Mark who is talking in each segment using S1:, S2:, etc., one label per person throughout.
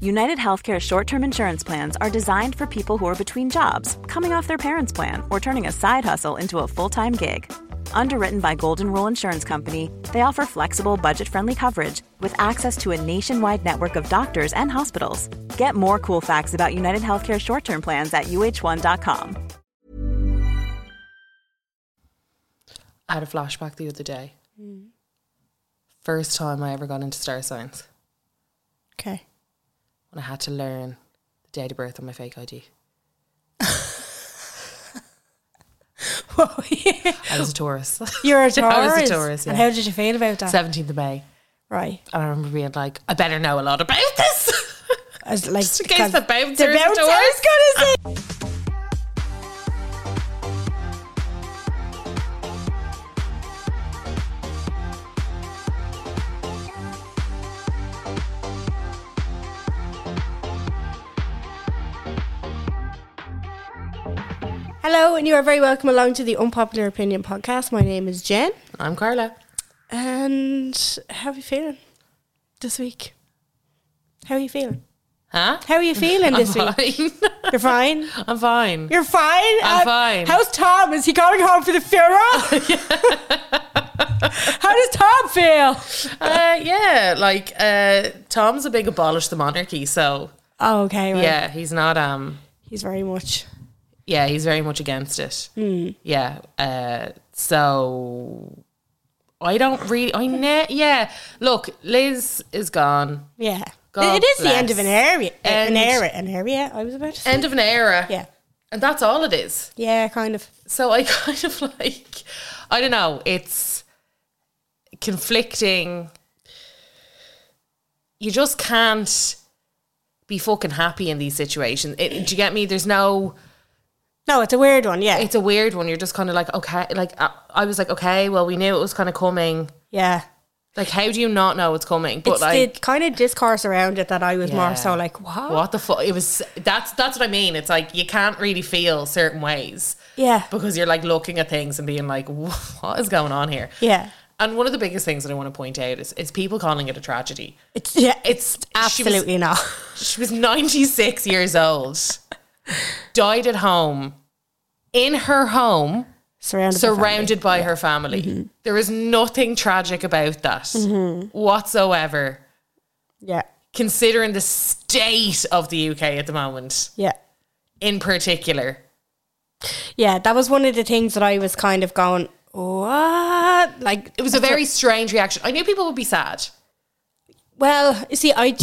S1: United Healthcare short term insurance plans are designed for people who are between jobs, coming off their parents' plan, or turning a side hustle into a full time gig. Underwritten by Golden Rule Insurance Company, they offer flexible, budget friendly coverage with access to a nationwide network of doctors and hospitals. Get more cool facts about United Healthcare short term plans at uh1.com.
S2: I had a flashback the other day.
S3: Hmm.
S2: First time I ever got into star signs
S3: Okay.
S2: when I had to learn the date of birth on my fake ID. I was a Taurus.
S3: You're a Taurus.
S2: I was a Taurus, yeah.
S3: And how did you feel about that?
S2: 17th of May.
S3: Right.
S2: And I remember being like, I better know a lot about this.
S3: As like
S2: Just in
S3: because
S2: case the bouncer is a
S3: bouncer
S2: Taurus.
S3: is gonna say- Hello, and you are very welcome along to the Unpopular Opinion podcast. My name is Jen,
S2: I'm Carla.
S3: and how are you feeling this week? How are you feeling?
S2: Huh?
S3: How are you feeling
S2: I'm
S3: this week?
S2: fine.
S3: You're fine.
S2: I'm fine.
S3: You're fine. Uh,
S2: I'm fine.
S3: How's Tom? Is he going home for the funeral? How does Tom feel?
S2: Uh, yeah, like uh, Tom's a big abolish the monarchy, so
S3: Oh, okay. Right.
S2: yeah, he's not um
S3: He's very much.
S2: yeah, he's very much against it. Yeah. Uh, so I don't really. I ne- yeah. Look, Liz is gone.
S3: Yeah.
S2: God
S3: it is the end
S2: bless.
S3: of an area.
S2: End-
S3: an era. An area. I was about to say.
S2: End of an era.
S3: yeah.
S2: And that's all it is.
S3: Yeah. Kind of.
S2: So I kind of like. I don't know. It's conflicting. You just can't be fucking happy in these situations. It, do you get me? There's no.
S3: No, it's a weird one. Yeah.
S2: It's a weird one. You're just kind of like okay. Like I, I was like okay. Well, we knew it was kind of coming.
S3: yeah.
S2: Like, how do you not know it's coming? But
S3: It's
S2: like,
S3: the kind of discourse around it that I was
S2: Yeah.
S3: more so like, what?
S2: what the fuck? It was that's that's what I mean. It's like you can't really feel certain ways
S3: Yeah.
S2: because you're like looking at things and being like, what is going on here?
S3: Yeah.
S2: And one of the biggest things that I want to point out is is people calling it a tragedy.
S3: It's yeah.
S2: It's she was-
S3: absolutely not.
S2: She was 96 years old, died at home, in her home,
S3: Surrounded. by family. Mm-hmm.
S2: surrounded by her family. There is nothing tragic about that whatsoever.
S3: Yeah.
S2: considering the state of the UK at the moment,
S3: Yeah.
S2: in particular.
S3: Yeah, that was one of the things that I was kind of going, what? Like
S2: It was a very strange reaction. I knew people would be sad.
S3: well, you see, I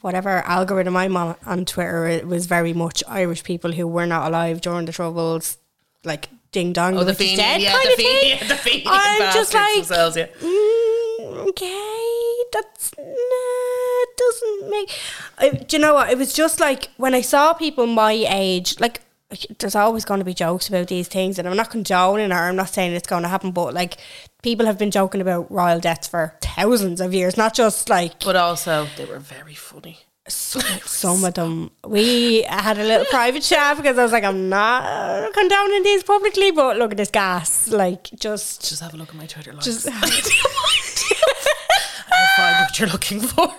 S3: whatever algorithm I'm on on Twitter, it was very much Irish people who were not alive during the troubles, like ding dong,
S2: Oh, the
S3: which is
S2: Fenian,
S3: dead
S2: yeah,
S3: kind
S2: the
S3: of thing.
S2: Fenian, the Fenian
S3: I'm just
S2: bastards
S3: like,
S2: themselves, yeah.
S3: mm, okay, that's nah, it doesn't make. I, do you know what? It was just like when I saw people my age, like. There's always going to be jokes about these things, and I'm not condoning or I'm not saying it's going to happen, but like people have been joking about royal deaths for thousands of years, not just like
S2: But also, they were very funny.
S3: some of them. We had a little private chat because I was like, I'm not condoning these publicly, but look at this gas. Like, just.
S2: Just have a look at my Twitter lives.
S3: just
S2: find what you're looking for.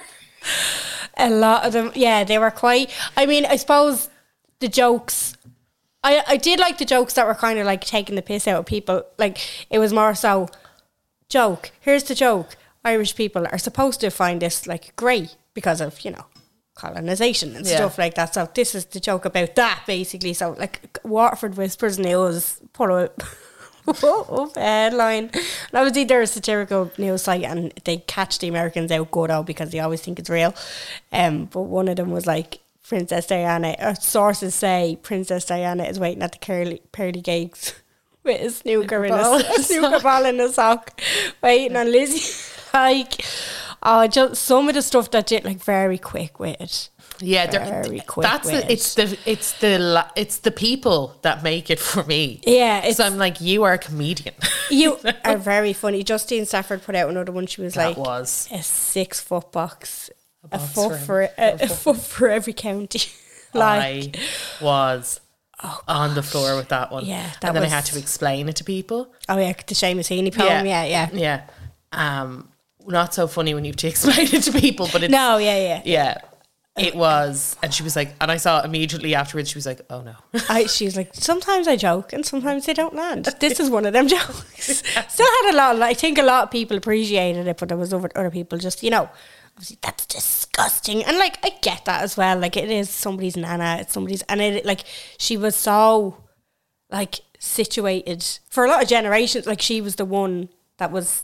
S3: a lot of them, yeah, they were quite. I mean, I suppose the jokes. I, I did like the jokes that were kind of like taking the piss out of people. Like, it was more so joke. Here's the joke. Irish people are supposed to find this like great because of, you know, colonization and
S2: Yeah.
S3: stuff like that. So this is the joke about that basically. So like Waterford Whispers News put up up a headline. And obviously they're a satirical news site and they catch the Americans out good out because they always think it's real. Um but one of them was like Princess Diana uh, sources say Princess Diana is waiting at the curly pearly gates with a snooker in
S2: Ball
S3: a,
S2: in a
S3: snooker ball in a sock, waiting on Lizzie. Like, Oh, just some of the stuff that did like very quick with it.
S2: Yeah, they're-
S3: Very quick
S2: that's
S3: wit.
S2: the, it's the it's the la- it's the people that make it for me.
S3: Yeah, it's
S2: so I'm like, you are a comedian.
S3: you are very funny. Justine Stafford put out another one. She was
S2: that
S3: like
S2: was
S3: a six foot box, a,
S2: box for
S3: foot for a, a foot for every county. like
S2: I was on the floor with oh, that one.
S3: Yeah, that
S2: and then
S3: was-
S2: I had to explain it to people.
S3: oh yeah, the Seamus Heaney poem. Yeah, yeah.
S2: yeah. Um, not so funny when you have to explain it to people, but it's
S3: No, yeah, yeah.
S2: yeah. It was, and she was like, and I saw immediately afterwards. She was like, "Oh no,
S3: I, she was like, sometimes I joke and sometimes they don't land. This is one of them jokes. Still had a lot. Of, I think a lot of people appreciated it, but there was other, other people just, you know, obviously that's disgusting. And like, I get that as well. Like, it is somebody's nana. It's somebody's, and it like she was so like situated for a lot of generations. Like, she was the one that was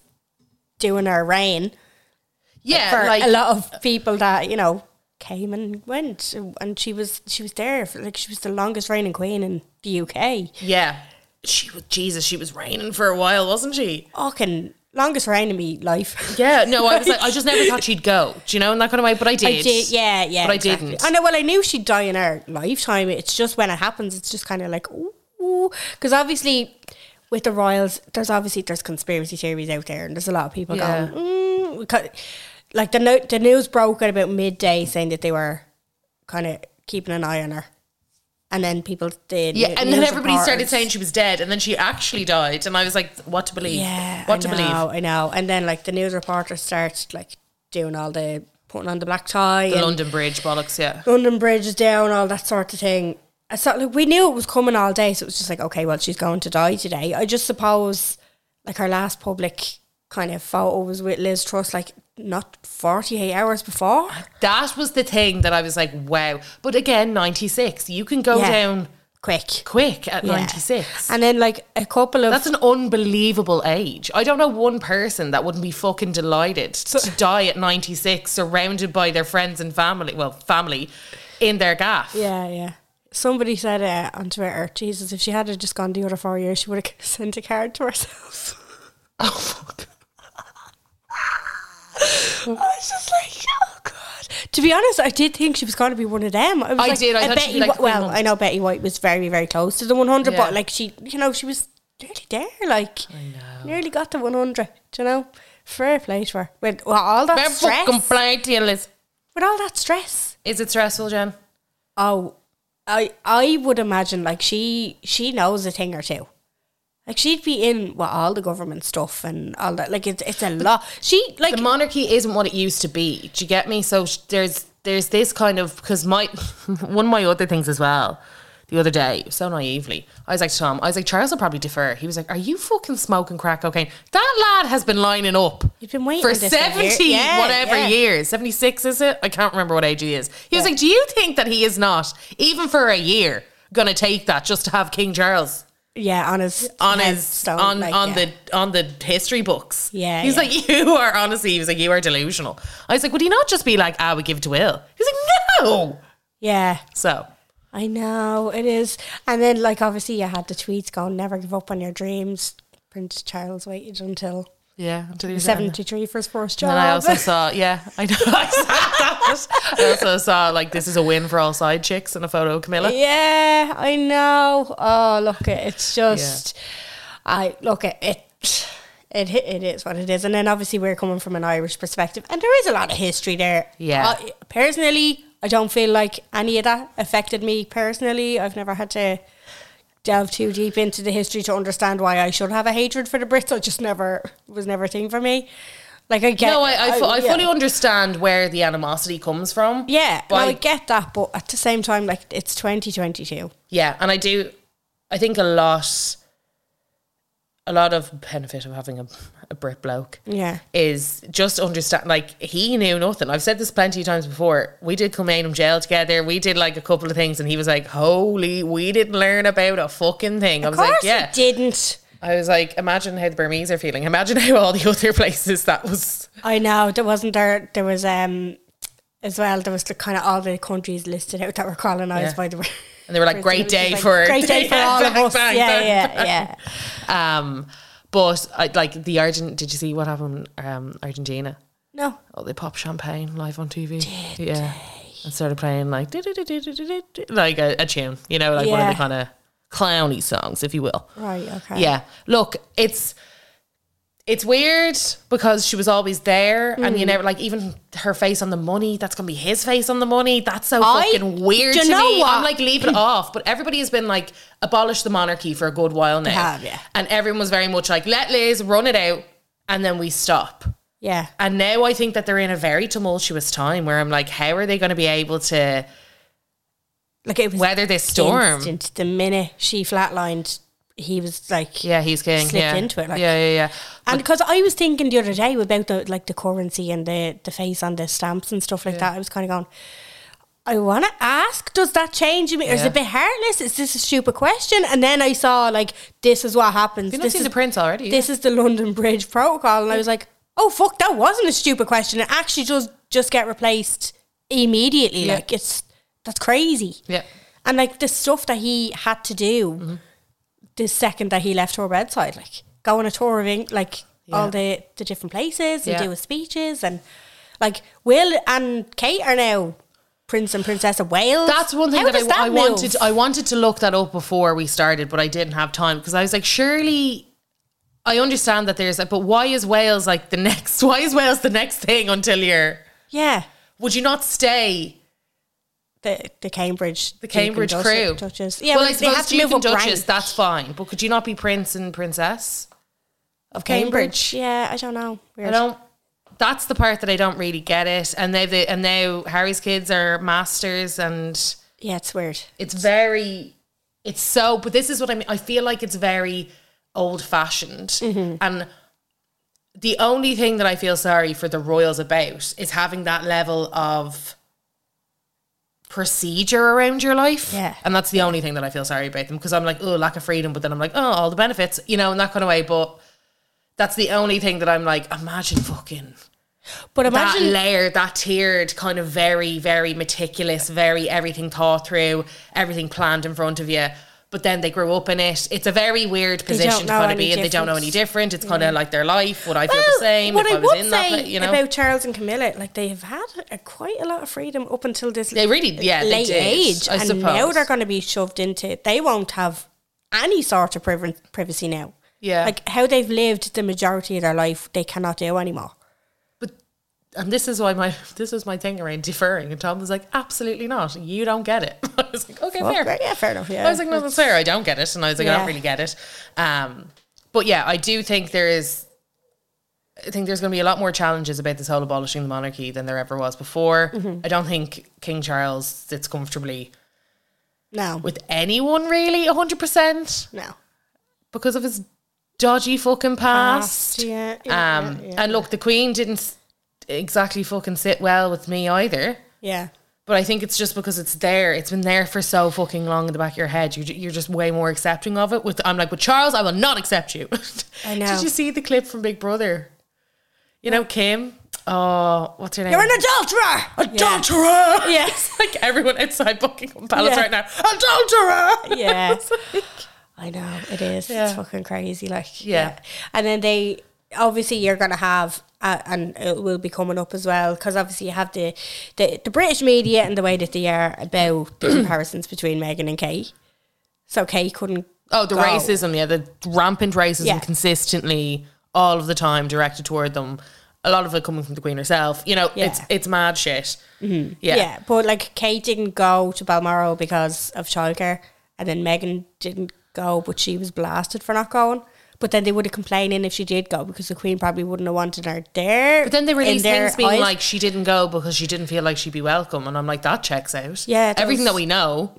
S3: doing her reign
S2: yeah."
S3: for
S2: like
S3: a lot of people that you know came and went, and she was she was there for like she was the longest reigning queen in the UK.
S2: yeah, she was Jesus. She was reigning for a while, wasn't she?
S3: Fucking longest reign in me life.
S2: Yeah, no, I was like, I just never thought she'd go. Do you know in that kind of way? But I did.
S3: I did, yeah, yeah.
S2: But I
S3: exactly.
S2: didn't.
S3: I know. Well, I knew she'd die in her lifetime. It's just when it happens, it's just kind of like ooh, because obviously with the royals, there's obviously there's conspiracy theories out there, and there's a lot of people
S2: Yeah.
S3: going, mm, we cut- like the no- the news broke at about midday saying that they were kind of keeping an eye on her. And then people did.
S2: Yeah, and then everybody started saying she was dead, and then she actually died, and I was like, "What to believe?
S3: Yeah,
S2: what
S3: I
S2: to
S3: know,
S2: believe?"
S3: I know. And then like the news reporter starts like doing all the putting on the black tie,
S2: The
S3: and
S2: London Bridge bollocks, yeah.
S3: London Bridge is down, all that sort of thing. I thought like we knew it was coming all day, so it was just like okay, well she's going to die today. I just suppose like her last public kind of photo was with Liz Truss, like not forty eight hours before.
S2: That was the thing that I was like, "Wow!" But again, ninety six, you can go
S3: Yeah.
S2: down
S3: Quick,
S2: quick at
S3: Yeah.
S2: ninety six.
S3: and then like a couple of
S2: That's an unbelievable age. I don't know one person that wouldn't be fucking delighted to die at 96 surrounded by their friends and family, well, family in their gaff.
S3: yeah, yeah. Somebody said uh, on Twitter, Jesus, if she had just gone the other four years, she would have sent a card to herself.
S2: Oh fuck.
S3: I was just like, oh god. To be honest, I did think she was going to be one of them. I, was
S2: I
S3: like,
S2: did. I thought she'd
S3: Betty
S2: be like
S3: Wh- well,
S2: Quinlan.
S3: I know Betty White was very, very close to the 100,
S2: Yeah.
S3: but like she, you know, she was nearly there. Like, nearly got the 100. Do you know? Fair play to her. With well, all that
S2: Bear
S3: stress.
S2: fucking play to you, Liz.
S3: with all that stress.
S2: Is it stressful, Jen?
S3: Oh, I, I would imagine like she, she knows a thing or two. Like she'd be in well, all the government stuff and all that. Like it's it's a lot. She like
S2: The monarchy isn't what it used to be. Do you get me? So sh- there's there's this kind of because my one of my other things as well. The other day, so naively, I was like to Tom, I was like, Charles will probably defer. He was like, Are you fucking smoking crack cocaine? That lad has been lining up.
S3: You've been waiting
S2: for
S3: this for
S2: 70
S3: year- yeah,
S2: whatever
S3: yeah.
S2: years. 76, is it? I can't remember what age he is. He was like, Do you think that he is not, even for a year, gonna take that just to have King Charles?
S3: yeah on his
S2: on his
S3: headstone,
S2: on
S3: like,
S2: on
S3: yeah.
S2: the on the history books.
S3: Yeah,
S2: he's
S3: yeah.
S2: like you are honestly. He was like you are delusional. I was like, would he not just be like, I would give it to Will? He's like, no.
S3: yeah.
S2: So
S3: I know it is, and then like obviously you had the tweets going, "Never give up on your dreams." Prince Charles waited until
S2: yeah, until he was seventy.
S3: seventy-three for his first
S2: And I
S3: job.
S2: also saw, yeah, I know. I saw that. I also saw like this is a win for all side chicks in a photo, of Camilla.
S3: yeah, I know. Oh, look, it- it's just, I look it. it it, hi- it is what it is. And then obviously we're coming from an Irish perspective and there is a lot of history there.
S2: Yeah.
S3: I, personally, I don't feel like any of that affected me personally. I've never had to delve too deep into the history to understand why I should have a hatred for the Brits. I just never was never a thing for me. Like I get
S2: No, I, I, fu- I
S3: yeah.
S2: fully understand where the animosity comes from.
S3: Yeah, no,
S2: but
S3: I
S2: I
S3: get that, but at the same time, like it's twenty twenty two.
S2: yeah and i do i think a lot a lot of benefit of having a, a brit bloke
S3: Yeah.
S2: is just understand like he knew nothing i've said this plenty of times before we did Kilmainham jail together we did like a couple of things and he was like holy we didn't learn about a fucking thing i was
S3: Of course
S2: like yeah
S3: it didn't.
S2: i was like imagine how the burmese are feeling imagine how all the other places that was
S3: I know there wasn't there. There was um as well. There was the kind of all the countries listed out that were colonized
S2: Yeah.
S3: by the.
S2: and they were like great
S3: Which is
S2: day
S3: like,
S2: for
S3: great day for all of
S2: Bang,
S3: us.
S2: bang,
S3: yeah,
S2: bang,
S3: yeah,
S2: bang.
S3: yeah.
S2: Um, but I, like the Argent, did you see what happened? Um, Argentina.
S3: No.
S2: Oh, they pop champagne live on TV. Did yeah. And started playing like do, do, do, do, do, do, do, like a, a tune, you know, like one of
S3: Yeah.
S2: the kind of clowny songs, if you will.
S3: Right, okay.
S2: Yeah. Look, it's it's weird because she was always there, and
S3: Mm.
S2: you never like even her face on the money. That's gonna be his face on the money. That's so
S3: I-
S2: fucking weird
S3: Do you
S2: to
S3: know
S2: me.
S3: what?
S2: I'm like leave it off. But everybody has been like abolish the monarchy for a good while now,
S3: have, yeah.
S2: and everyone was very much like let Liz run it out, and then we stop.
S3: Yeah.
S2: And now I think that they're in a very tumultuous time where I'm like, how are they going to be able to
S3: Like it was
S2: weather this storm?
S3: instant. The minute she flatlined, he was like,
S2: Yeah, he's king.
S3: Slipped
S2: yeah.
S3: into it, like-
S2: yeah, yeah, yeah.
S3: And because I was thinking the other day about the like the currency and the the face and the stamps and stuff like that, I was kind of going. I want to ask, does that change me, or is it
S2: Yeah.
S3: a bit heartless? Is this a stupid question? And then I saw like this is what happens.
S2: You've not
S3: this
S2: seen
S3: is
S2: the prince already.
S3: this is the London Bridge Protocol, and I was like, oh fuck, that wasn't a stupid question. It actually does just get replaced immediately.
S2: Yeah.
S3: Like it's that's crazy.
S2: yeah. Mm.
S3: And like the stuff that he had to do the second that he left her bedside, like go on a tour of Eng- like all the, the different places and
S2: Yeah.
S3: do his speeches and like Will and Kate are now Prince and Princess of Wales.
S2: That's one thing
S3: How
S2: that I,
S3: does
S2: I
S3: move?
S2: wanted. I wanted to look that up before we started, but I didn't have time because I was like, surely. I understand that there's, a, but why is Wales like the next? Why is Wales the next thing until you're?
S3: yeah.
S2: Would you not stay?
S3: The, the Cambridge
S2: The Cambridge
S3: Duke and
S2: crew.
S3: Duchess- Duchess. Yeah,
S2: well,
S3: well,
S2: I
S3: they
S2: suppose
S3: have to
S2: Duke
S3: move
S2: and
S3: up
S2: Duchess.
S3: rank.
S2: That's fine, but could you not be Prince and Princess of Cambridge?
S3: Yeah, I don't know. Weird.
S2: I don't. That's the part that I don't really get it. And they they and now Harry's kids are masters, and
S3: Yeah, it's weird.
S2: it's very, it's so. But this is what I mean. I feel like it's very old fashioned, and the only thing that I feel sorry for the royals about is having that level of procedure around your life.
S3: Yeah.
S2: And that's the only thing that I feel sorry about them because I'm like, oh, lack of freedom. But then I'm like, oh, all the benefits, you know, in that kind of way. But that's the only thing that I'm like, imagine fucking
S3: But imagine
S2: that layered, that tiered, kind of very, very meticulous, very everything thought through, everything planned in front of you. But then they grew up in it. It's a very weird
S3: don't
S2: position to
S3: know
S2: kind of
S3: any
S2: be in. They don't know any
S3: difference.
S2: different. It's kind of like their life. Would I feel the same
S3: What
S2: if
S3: I,
S2: I, was
S3: would
S2: in
S3: say
S2: that? pla- You know,
S3: about Charles and Camilla, like they have had a, quite a lot of freedom up until this
S2: They really- yeah, they
S3: late
S2: did,
S3: age,
S2: I
S3: and
S2: suppose.
S3: now they're going to be shoved into. They won't have any sort of priv- privacy now.
S2: Yeah.
S3: like how they've lived the majority of their life, they cannot do anymore.
S2: but and this is why my this was my thing around deferring. And Tom was like, absolutely not. You don't get it. I was like, okay, fair.
S3: Right, yeah, fair enough. Yeah,
S2: I was like, no, that's fair. I don't get it. And I was like, I
S3: Yeah.
S2: don't really get it. Um, but yeah, I do think there is. I think there's going to be a lot more challenges about this whole abolishing the monarchy than there ever was before.
S3: Mm-hmm.
S2: I don't think King Charles sits comfortably
S3: no,
S2: with anyone really, 100%,
S3: no,
S2: because of his dodgy fucking past.
S3: yeah, yeah,
S2: um, And look, the Queen didn't s- exactly fucking sit well with me either.
S3: yeah.
S2: But I think it's just because it's there. It's been there for so fucking long in the back of your head. You're, ju- you're just way more accepting of it. With I'm like, with Charles, I will not accept you.
S3: I know.
S2: Did you see the clip from Big Brother? You know Kim. Oh, what's her name?
S3: You're an adulterer.
S2: adulterer.
S3: Yes.
S2: like everyone outside Buckingham Palace
S3: Yeah.
S2: right now. Adulterer.
S3: Yeah. I know it is. It's fucking crazy. Like
S2: Yeah.
S3: and then they obviously you're gonna have. Uh, and it will be coming up as well because obviously you have the, the the British media and the way that they are about the comparisons between Meghan and Kate. So Kate couldn't.
S2: Oh, the
S3: go.
S2: racism. Yeah, the rampant racism
S3: Yeah.
S2: consistently all of the time directed toward them. A lot of it coming from the Queen herself. You know, it's
S3: Yeah. Mm-hmm.
S2: it's mad shit.
S3: Yeah.
S2: Yeah.
S3: but like Kate didn't go to Balmoral because of childcare, and then Meghan didn't go, but she was blasted for not going. But then they would have complaining if she did go because the Queen probably wouldn't have wanted her there.
S2: But then they
S3: in
S2: released
S3: their
S2: things being
S3: eyes.
S2: like she didn't go because she didn't feel like she'd be welcome, and I'm like that checks out.
S3: Yeah, it
S2: everything
S3: does.
S2: that we know.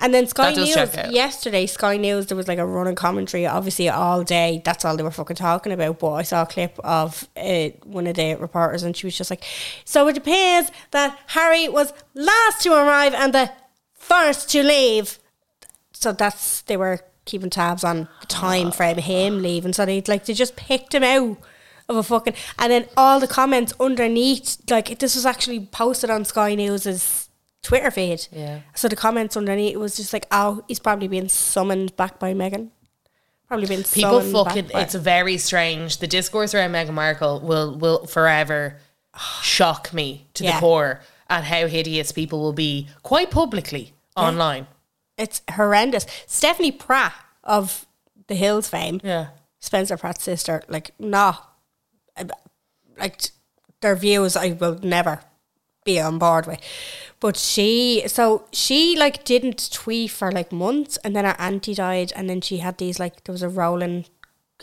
S3: And then Sky
S2: That does
S3: News
S2: check out.
S3: yesterday, Sky News there was like a running commentary, obviously all day. That's all they were fucking talking about. But I saw a clip of uh, one of the reporters, and she was just like, "So it appears that Harry was last to arrive and the first to leave." So that's they were keeping tabs on the time
S2: Uh,
S3: frame of him leaving. So they like they just picked him out of a fucking, and then all the comments underneath, like this was actually posted on Sky News's Twitter feed.
S2: Yeah.
S3: So the comments underneath it was just like, "Oh, he's probably being summoned back by Meghan. Probably been
S2: People
S3: summoned
S2: fucking.
S3: Back by
S2: It's very strange. The discourse around Meghan Markle will will forever shock me to the
S3: Yeah.
S2: core at how hideous people will be quite publicly online.
S3: It's horrendous. Stephanie Pratt of The Hills fame,
S2: Yeah.
S3: Spencer Pratt's sister, like, nah. I- Like, their views I will never be on board with. But she, so she, like, didn't tweet for, like, months. And then her auntie died. And then she had these, like, there was a rolling,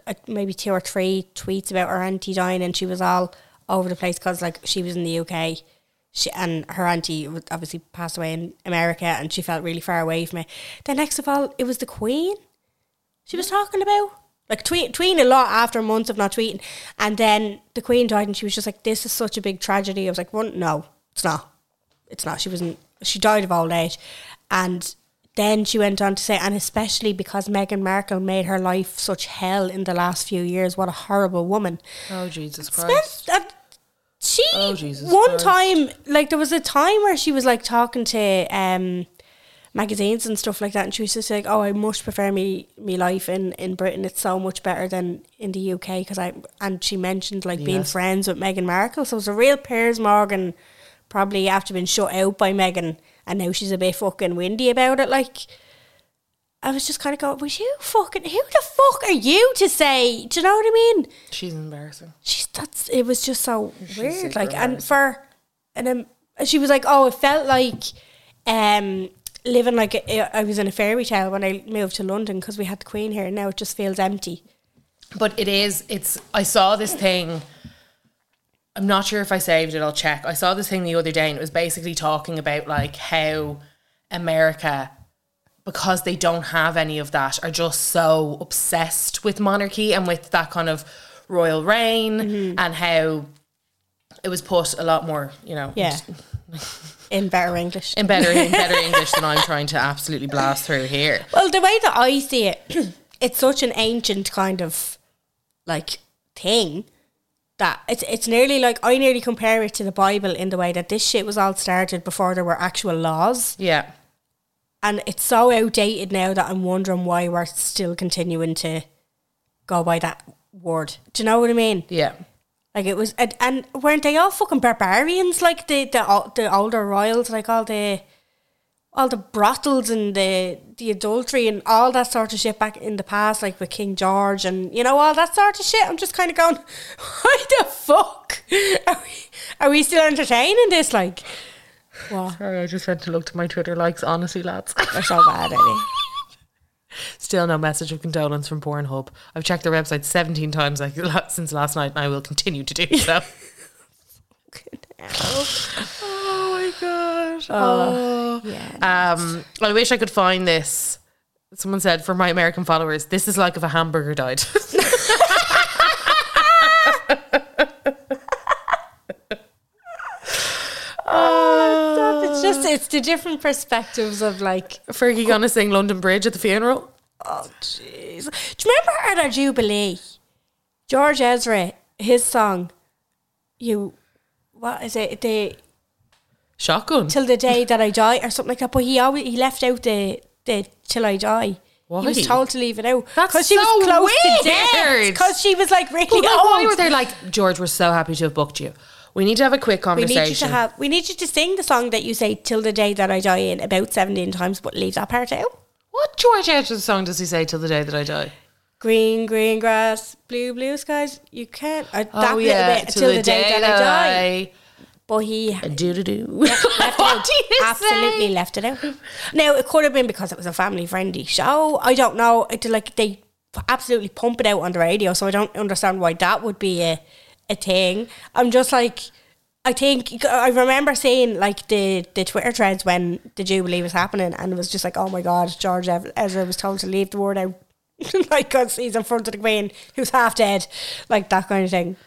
S3: uh, maybe two or three tweets about her auntie dying. And she was all over the place because, like, she was in the UK. She, and her auntie was- obviously passed away in America and she felt really far away from it. Then, next of all, it was the Queen she was talking about. Like tweet, tweeting a lot after months of not tweeting, and then the Queen died, and she was just like, "This is such a big tragedy." I was like, "One, no, it's not. It's not. She wasn't. She died of old age." And then she went on to say, and especially because Meghan Markle made her life such hell in the last few years, what a horrible woman.
S2: Oh Jesus Christ.
S3: Spence, uh, she
S2: Oh, Jesus
S3: one
S2: Christ.
S3: time like there was a time where she was like talking to um magazines and stuff like that and she was just like oh I much prefer me me life in in Britain it's so much better than in the UK because I and she mentioned like being
S2: Yes.
S3: friends with Meghan Markle so it was a real Piers Morgan probably after being shut out by Meghan and now she's a bit fucking windy about it like I was just kind of going was you fucking who the fuck are you to say do you know what I mean
S2: She's embarrassing.
S3: she's that's it was just so weird
S2: super
S3: like and for and um, she was like oh it felt like um living like a, I was in a fairy tale when I moved to London because we had the Queen here and now it just feels empty
S2: But it is, it's, I saw this thing. I'm not sure if I saved it, I'll check. I saw this thing the other day and it was basically talking about like how America, because they don't have any of that, are just so obsessed with monarchy and with that kind of royal reign and how it was put a lot more, you know,
S3: yeah in better English
S2: in better in better English than I'm trying to absolutely blast through here.
S3: well the way that I see it it's such an ancient kind of like thing that it's it's nearly like I nearly compare it to the Bible in the way that this shit was all started before there were actual laws
S2: Yeah.
S3: and it's so outdated now that I'm wondering why we're still continuing to go by that word. Do you know what I mean?
S2: Yeah.
S3: Like it was, and, and weren't they all fucking barbarians? Like the the o- the older royals, like all the all the brothels and the the adultery and all that sort of shit back in the past, like with King George and you know all that sort of shit. I'm just kind of going, why the fuck are we, are we still entertaining this? Like, what?
S2: Sorry, I just had to look to my Twitter likes, honestly, lads.
S3: We're so bad at it.
S2: Still no message of condolence from Pornhub. I've checked their website 17 times like, la- since last night and I will continue to do so. oh my god. Oh. Um, I wish I could find this. Someone said for my American followers, this is like if a hamburger died.
S3: Stop, It's just it's the different perspectives of like
S2: Fergie gonna sing London Bridge at the funeral.
S3: oh jeez. Do you remember at our Jubilee? George Ezra, his song, you what is it? The
S2: Shotgun.
S3: till the day that I die or something like that. But he always he left out the the till I die.
S2: Why?
S3: He was told to leave it out
S2: That's
S3: because she was
S2: so
S3: close to
S2: weird.
S3: death. Because she was like really
S2: Well, like, why
S3: old.
S2: were they like, George, we're so happy to have booked you. We need to have a quick
S3: We
S2: conversation.
S3: need you to have. We need you to sing the song that you say "Till the day that I die" in about seventeen times, but leave that part out.
S2: what George Ezra song does he say till the day that I die?
S3: Green, green grass, blue, blue skies. You can't. Uh, that
S2: oh yeah,
S3: little bit till the, day, that I die. But he
S2: I do do do. What
S3: left it out.
S2: do you
S3: Absolutely
S2: say?
S3: left it out. Now it could have been because it was a family-friendly show. I don't know. It, like they absolutely pump it out on the radio, so I don't understand why that would be a a thing. I'm just like. I think I remember seeing like the, the Twitter threads when the Jubilee was happening, and it was just like, oh my god, George Ev- Ezra was told to leave the word out, like because he's in front of the Queen, who's half dead, like that kind of thing.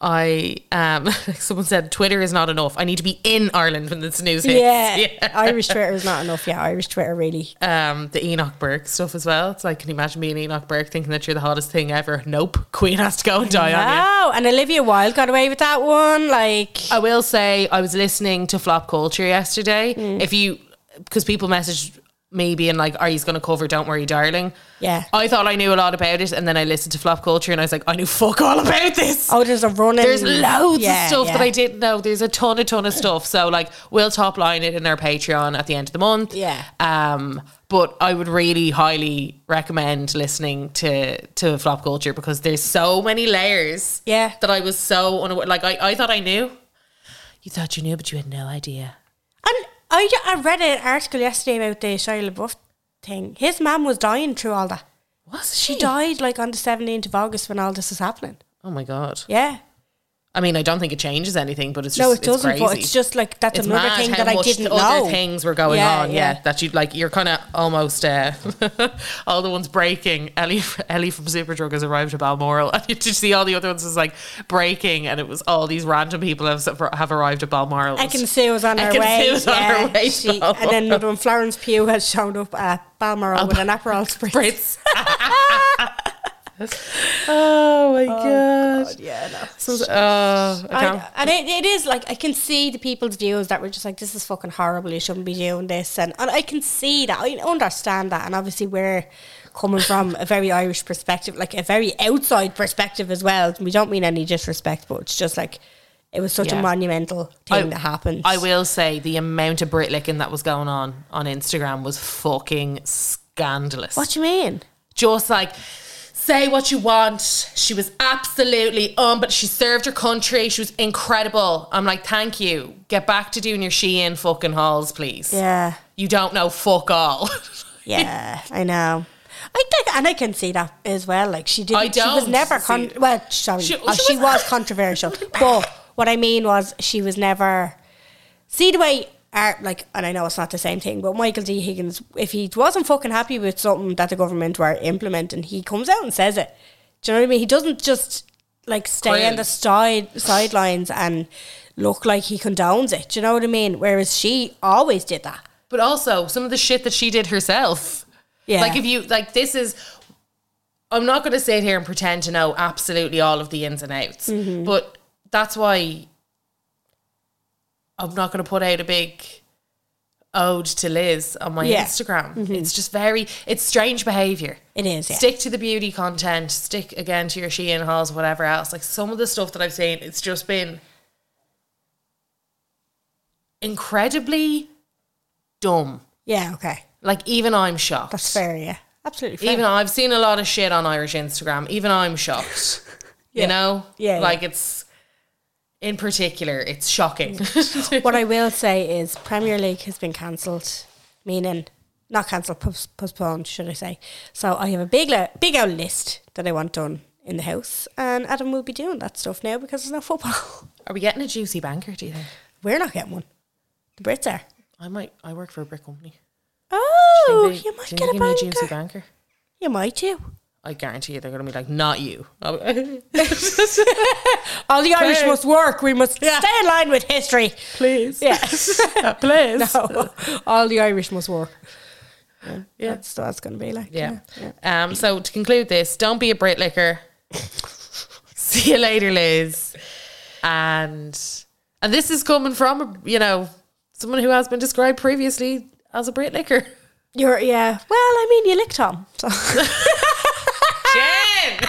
S2: I um. Someone said Twitter is not enough. I need to be in Ireland when this news hits.
S3: Yeah, Irish Twitter is not enough. Yeah, Irish Twitter really.
S2: Um, the Enoch Burke stuff as well. It's like, can you imagine being Enoch Burke thinking that you're the hottest thing ever? Nope. Queen has to go and die on you.
S3: Oh, and Olivia Wilde got away with that one. Like,
S2: I will say I was listening to Flop Culture yesterday. If you, because people messaged me being like, "Are you going to cover? Don't worry, darling."
S3: Yeah.
S2: I thought I knew a lot about it, and then I listened to Flop Culture, and I was like, "I knew fuck all about this."
S3: Oh, there's a running.
S2: There's loads
S3: Yeah,
S2: of stuff that
S3: yeah.
S2: I didn't know. There's a ton, a ton of stuff. So like, we'll top line it in our Patreon at the end of the month.
S3: Yeah.
S2: Um, but I would really highly recommend listening to to Flop Culture because there's so many layers.
S3: Yeah.
S2: That I was so unaware. Like I, I thought I knew. You thought you knew, but you had no idea.
S3: And I, ju- I read an article yesterday about the Shia LaBeouf thing. His mum was dying through all that.
S2: Was
S3: She died like on the 17th of August when all this is happening.
S2: Oh my god.
S3: Yeah.
S2: I mean, I don't think it changes anything, but it's just
S3: no, it
S2: it's
S3: doesn't,
S2: Crazy.
S3: but it's just like that's
S2: It's
S3: another
S2: mad
S3: thing
S2: how
S3: that I
S2: much
S3: didn't
S2: other
S3: know.
S2: things were going
S3: Yeah,
S2: on. Yeah. that you like you're kind of almost uh, all the ones breaking. Ellie Ellie from Superdrug has arrived at Balmoral, and you just see all the other ones was like breaking, and it was all these random people have have arrived at Balmoral.
S3: I can see it was on
S2: I
S3: her
S2: can
S3: way.
S2: see it was on her way, Balmoral.
S3: and then another one, Florence Pugh has shown up at Balmoral with an Aperol spritz.
S2: Brits. oh my god!
S3: Yeah, no.
S2: So- oh, I can't.
S3: I, and it, it is like I can see the people's views that were just like this is fucking horrible you shouldn't be doing this and, and I can see that I understand that and obviously we're coming from a very Irish perspective like a very outside perspective as well we don't mean any disrespect but it's just like it was such
S2: Yeah.
S3: a monumental thing that happened
S2: I will say the amount of Brit licking that was going on on Instagram was fucking scandalous.
S3: what do you mean
S2: Just like, say what you want. She was absolutely um, but she served her country. She was incredible. I'm like, thank you. Get back to doing your Shein fucking hauls, please.
S3: yeah
S2: You don't know fuck all.
S3: yeah I know I think, and I can see that as well. Like she didn't,
S2: I
S3: she was
S2: don't
S3: never con-
S2: see-
S3: well. Sorry,
S2: She-
S3: she,
S2: she
S3: she
S2: was-
S3: was controversial, but what I mean was she was never. See the way art like, and I know it's not the same thing, but Michael D Higgins, if he wasn't fucking happy with something that the government were implementing, he comes out and says it. Do you know what I mean? He doesn't just like stay on
S2: Grill.
S3: the side sidelines and look like he condones it. Do you know what I mean? Whereas she always did that.
S2: but also some of the shit that she did herself.
S3: Yeah,
S2: Like if you like this is I'm not gonna sit here and pretend to know absolutely all of the ins and outs.
S3: Mm-hmm.
S2: But that's why I'm not gonna put out a big ode to Liz on my
S3: Yeah. Mm-hmm.
S2: Instagram. It's just very it's strange behaviour.
S3: it is. Yeah.
S2: Stick to the beauty content, stick again to your Shein hauls, whatever else. Like some of the stuff that I've seen, it's just been incredibly dumb.
S3: yeah. Okay.
S2: Like even I'm shocked.
S3: That's fair, yeah. Absolutely fair.
S2: Even I've seen a lot of shit on Irish Instagram. Even I'm shocked.
S3: Yeah.
S2: You know?
S3: Yeah, yeah.
S2: Like it's in particular, it's shocking.
S3: what I will say is Premier League has been cancelled, meaning not cancelled, pos- postponed, should I say. So I have a big, li- big old list that I want done in the house, and Adam will be doing that stuff now because there's no football.
S2: Are we getting a juicy banker, do you think?
S3: We're not getting one. The Brits are.
S2: I might I work for a brick company. Do
S3: Oh,
S2: think they-
S3: you might
S2: do
S3: get
S2: think
S3: a
S2: they give me juicy
S3: banker.
S2: banker.
S3: You might too.
S2: I guarantee you they're gonna be like, not you.
S3: All the Irish must work. We must stay in line with history.
S2: Please.
S3: Yes.
S2: Please.
S3: no, all the Irish must work.
S2: Yeah.
S3: That's what it's going to be like.
S2: Yeah. Um, so to conclude this, don't be a Brit licker. See you later, Liz. And and this is coming from you know someone who has been described previously as a Brit licker.
S3: You're yeah. Well, I mean, you lick Tom. So.
S2: Jen.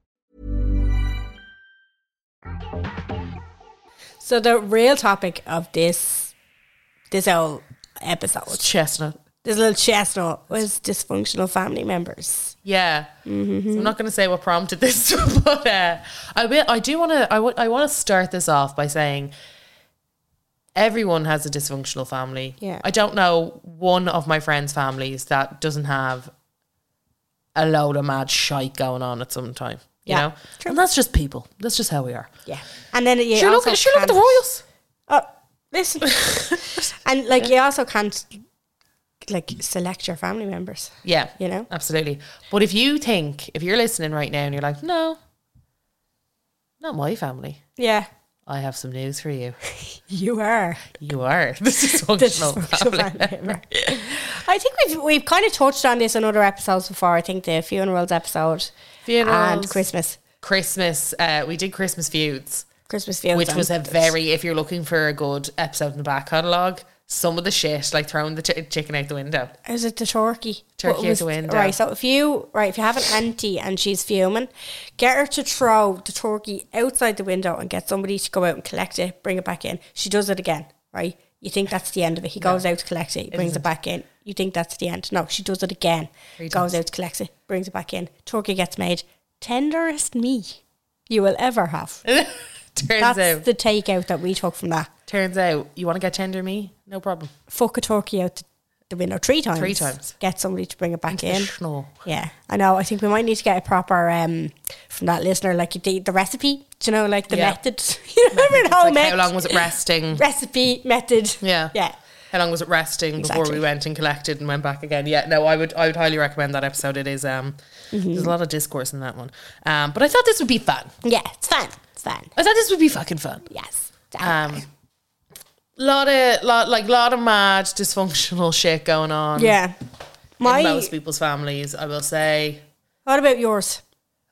S3: so the real topic of this this whole episode.
S2: Chestnut.
S3: This little chestnut was dysfunctional family members.
S2: Yeah,
S3: Mm-hmm.
S2: So I'm not going to say what prompted this, but uh, I will. I do want to. I want to start this off by saying everyone has a dysfunctional family.
S3: Yeah.
S2: I don't know one of my friends' families that doesn't have a load of mad shite going on at some time. You
S3: Yeah,
S2: know, and that's just people. That's just how we are.
S3: Yeah, and then you
S2: sure, look,
S3: also
S2: at, sure look at the
S3: can't-
S2: Royals.
S3: Oh, listen, and like you also can't like select your family members.
S2: Yeah,
S3: You know?
S2: absolutely. But if you think, if you're listening right now and you're like, no, not my family,
S3: Yeah,
S2: I have some news for you.
S3: you are.
S2: You are. This is
S3: the
S2: functional.
S3: dysfunctional family member. I think we've we've kind of touched on this in other episodes before. I think the funerals episode
S2: Funerals.
S3: and Christmas,
S2: Christmas. Uh, we did Christmas feuds,
S3: Christmas fields,
S2: which
S3: and-
S2: was a very. If you're looking for a good episode in the back catalogue, some of the shit like throwing the ch- chicken out the window.
S3: Is it the turkey?
S2: Turkey
S3: What
S2: out
S3: was-
S2: the window.
S3: Right. So if you right, if you have an auntie and she's fuming, get her to throw the turkey outside the window and get somebody to go out and collect it, bring it back in. She does it again, right? You think that's the end of it. He goes out to collect it, brings it back in. You think that's the end. No, she does it again. goes out, collects it, brings it back in. Turkey gets made. Tenderest me you will ever have.
S2: turns
S3: That's
S2: out,
S3: the takeout that we took from that.
S2: turns out, you want to get tender me? No problem.
S3: Fuck a turkey out the- the window three times.
S2: Three times.
S3: Get somebody to bring it back in.
S2: Schnall.
S3: Yeah, I know. I think we might need to get a proper um from that listener, like the, the recipe. Do you know, like the
S2: Yeah.
S3: method? you remember in home
S2: Like, how long was it resting?
S3: Recipe method.
S2: Yeah.
S3: yeah.
S2: How long was it resting before
S3: Exactly.
S2: we went and collected and went back again? Yeah, no, I would I would highly recommend that episode. It is um
S3: Mm-hmm.
S2: there's a lot of discourse in that one. Um but I thought this would be fun.
S3: Yeah, it's fun. It's fun.
S2: I thought this would be fucking fun.
S3: Yes.
S2: Um lot of lot like lot of mad dysfunctional shit going on
S3: yeah. My.
S2: in most people's families, I will say.
S3: what about yours?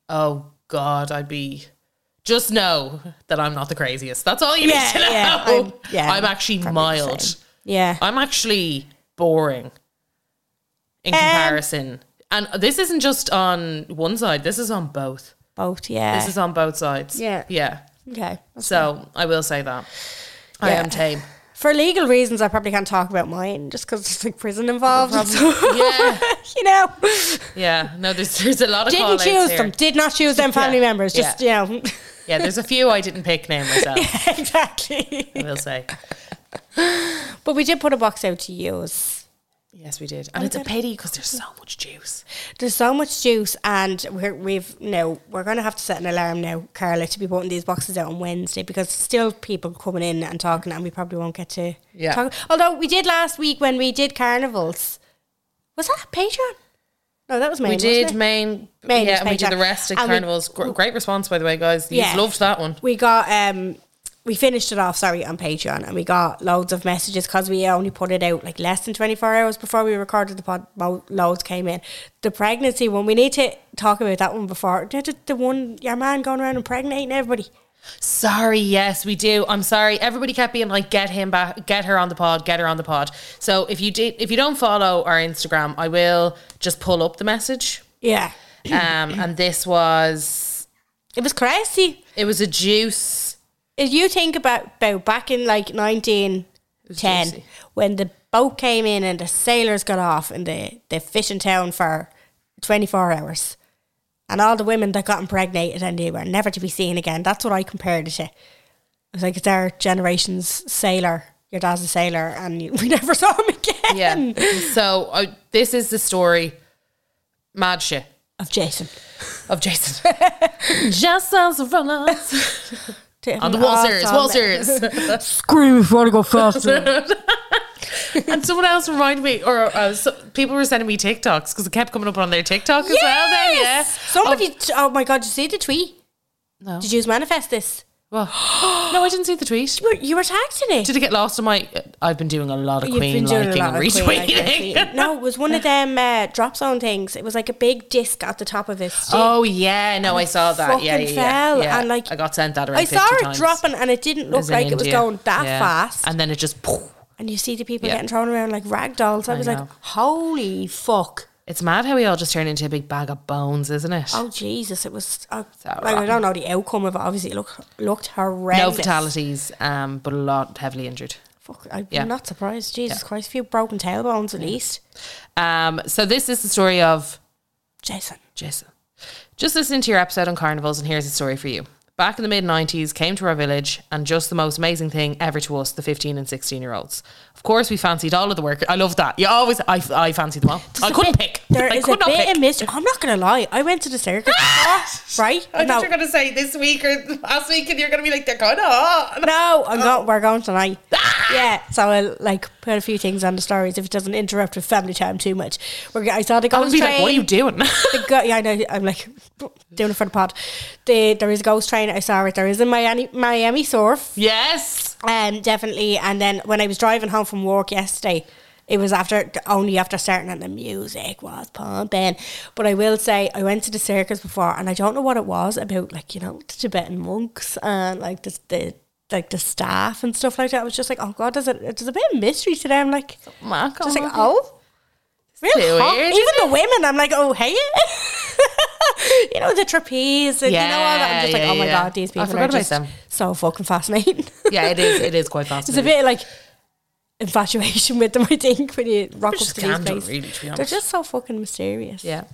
S2: Oh god, I'd be just know that I'm not the craziest. That's all you
S3: Yeah,
S2: need to know.
S3: yeah,
S2: I'm,
S3: I'm- yeah,
S2: actually
S3: probably the
S2: mild.
S3: same. Yeah.
S2: I'm actually boring in
S3: Um,
S2: comparison. and this isn't just on one side, this is on both.
S3: Both. Yeah.
S2: This is on both sides.
S3: Yeah.
S2: Yeah.
S3: okay.
S2: So I will say that. I
S3: Yeah.
S2: am tame.
S3: For legal reasons, I probably can't talk about mine just because there's like prison involved. so,
S2: Yeah.
S3: you know,
S2: Yeah. No, there's there's a lot of
S3: didn't
S2: call-outs
S3: choose
S2: here.
S3: them. Did not choose them family
S2: Yeah.
S3: members. Just you know,
S2: Yeah, there's a few I didn't pick name myself,
S3: exactly.
S2: I will say.
S3: But we did put a box out to use.
S2: Yes, we did. And it's a pity because there's so much juice.
S3: There's so much juice, and we're, we've no. We're going to have to set an alarm now, Carla, to be putting these boxes out on Wednesday because still people coming in and talking, and we probably won't get to.
S2: Yeah.
S3: Talk. Although we did last week when we did carnivals. Was that Patreon? No, that was main.
S2: We
S3: wasn't
S2: did
S3: it?
S2: main,
S3: Main
S2: yeah,
S3: was
S2: and we did
S3: Patreon.
S2: the rest at
S3: And we-
S2: carnivals. Gr- Great response, by the way, guys. You
S3: Yeah.
S2: loved that one.
S3: we got um we finished it off sorry on patreon and we got loads of messages because we only put it out like less than 24 hours before we recorded the pod mo- loads came in the pregnancy one we need to talk about that one before the, the- the one your man going around impregnating everybody
S2: Sorry, yes, we do. I'm sorry. Everybody kept being like, get him back, get her on the pod, get her on the pod. So if you did, if you don't follow our Instagram, I will just pull up the message.
S3: yeah
S2: Um, and this was
S3: it was crazy
S2: it was a juice.
S3: if you think about, about back in like 1910 when the boat came in and the sailors got off and the, the fish in town for 24 hours and all the women that got impregnated and they were never to be seen again that's what i compared it to i was like it's our generation's sailor your dad's a sailor and you, we never saw him again
S2: Yeah. so I, this is the story. Mad shit
S3: of jason
S2: of Jason. Just sounds from us. On the Walters, Walters.
S3: scream if you want to go faster
S2: And someone else reminded me, or uh, so, people were sending me TikToks because it kept coming up on their TikTok as well. There, yeah.
S3: yes somebody t- oh my god did you see the tweet
S2: No.
S3: did you manifest this
S2: Well, no, I didn't see the tweet.
S3: You were, you were tagged in it.
S2: Did it get lost in my? I've been doing a lot of Queen liking and
S3: of Queen, like,
S2: retweeting.
S3: retweeting. no, it was one of them uh, drop zone things. It was like a big disc at the top of his.
S2: oh yeah, no, I saw that. Yeah, yeah,
S3: fucking
S2: yeah,
S3: fell
S2: yeah.
S3: and, like,
S2: I got sent that around.
S3: I saw
S2: 50
S3: it
S2: times.
S3: dropping, and it didn't look
S2: was in
S3: like it was
S2: India.
S3: going that
S2: Yeah.
S3: fast. And,
S2: and then it just.
S3: you see the people
S2: Yeah.
S3: getting thrown around like rag dolls. I was
S2: know.
S3: like, holy fuck!
S2: It's mad how we all just turn into a big bag of bones, isn't it?
S3: Oh Jesus! It was. Uh,
S2: So
S3: like, I don't know the outcome of it. Obviously, it looked looked
S2: no
S3: horrendous.
S2: fatalities, um, but a lot heavily injured.
S3: Fuck, I'm
S2: Yeah.
S3: not surprised. Jesus Christ, a few broken tailbones at least.
S2: Um, so this is the story of
S3: Jason.
S2: Jason. Just listen to your episode on carnivals, and here's a story for you. Back in the mid 90s, came to our village, and just the most amazing thing ever to us, the 15 and 16 year olds. Of course, we fancied all of the workers. I love that. You always, I, I fancied them all. I couldn't pick.
S3: There is
S2: I could
S3: a
S2: not
S3: bit
S2: pick.
S3: of mystery. I'm not going to lie. I went to the circus, right?
S2: I
S3: no,
S2: thought you were going to say this week or last week, and you're going to be like, they're kind of hot.
S3: no, I'm
S2: Oh.
S3: go- we're going tonight.
S2: Ah!
S3: Yeah, so I'll like put a few things on the stories if it doesn't interrupt with family time too much. We're, g- I saw the
S2: I would
S3: ghost
S2: be
S3: train.
S2: like, what are you doing?
S3: the go- yeah, I know. I'm like doing it for the pod. The, there is a ghost train. I saw it. There is a Miami Miami surf.
S2: yes.
S3: Um, definitely. And then when I was driving home from work yesterday, it was after only after starting and the music was pumping. But I will say I went to the circus before, and I don't know what it was about, like you know, the Tibetan monks and like the. the like the staff and stuff like that. I was just like, oh god, there's a there's a bit of mystery to them. Like,
S2: Mark,
S3: just like,
S2: on.
S3: oh,
S2: too
S3: really? hot.
S2: weird,
S3: Even the women, I'm like, oh hey, you know the trapeze and you know all that. I'm just
S2: Yeah,
S3: like,
S2: yeah,
S3: oh my
S2: yeah.
S3: god, these
S2: I
S3: people
S2: forgot
S3: are
S2: about
S3: just
S2: them.
S3: so fucking fascinating.
S2: yeah, it is. It is quite
S3: It's a
S2: fascinating.
S3: bit like infatuation with them, I think, when you rock up
S2: just
S3: to these
S2: scandal,
S3: places.
S2: really, to be
S3: They're
S2: honest.
S3: just so fucking mysterious.
S2: Yeah.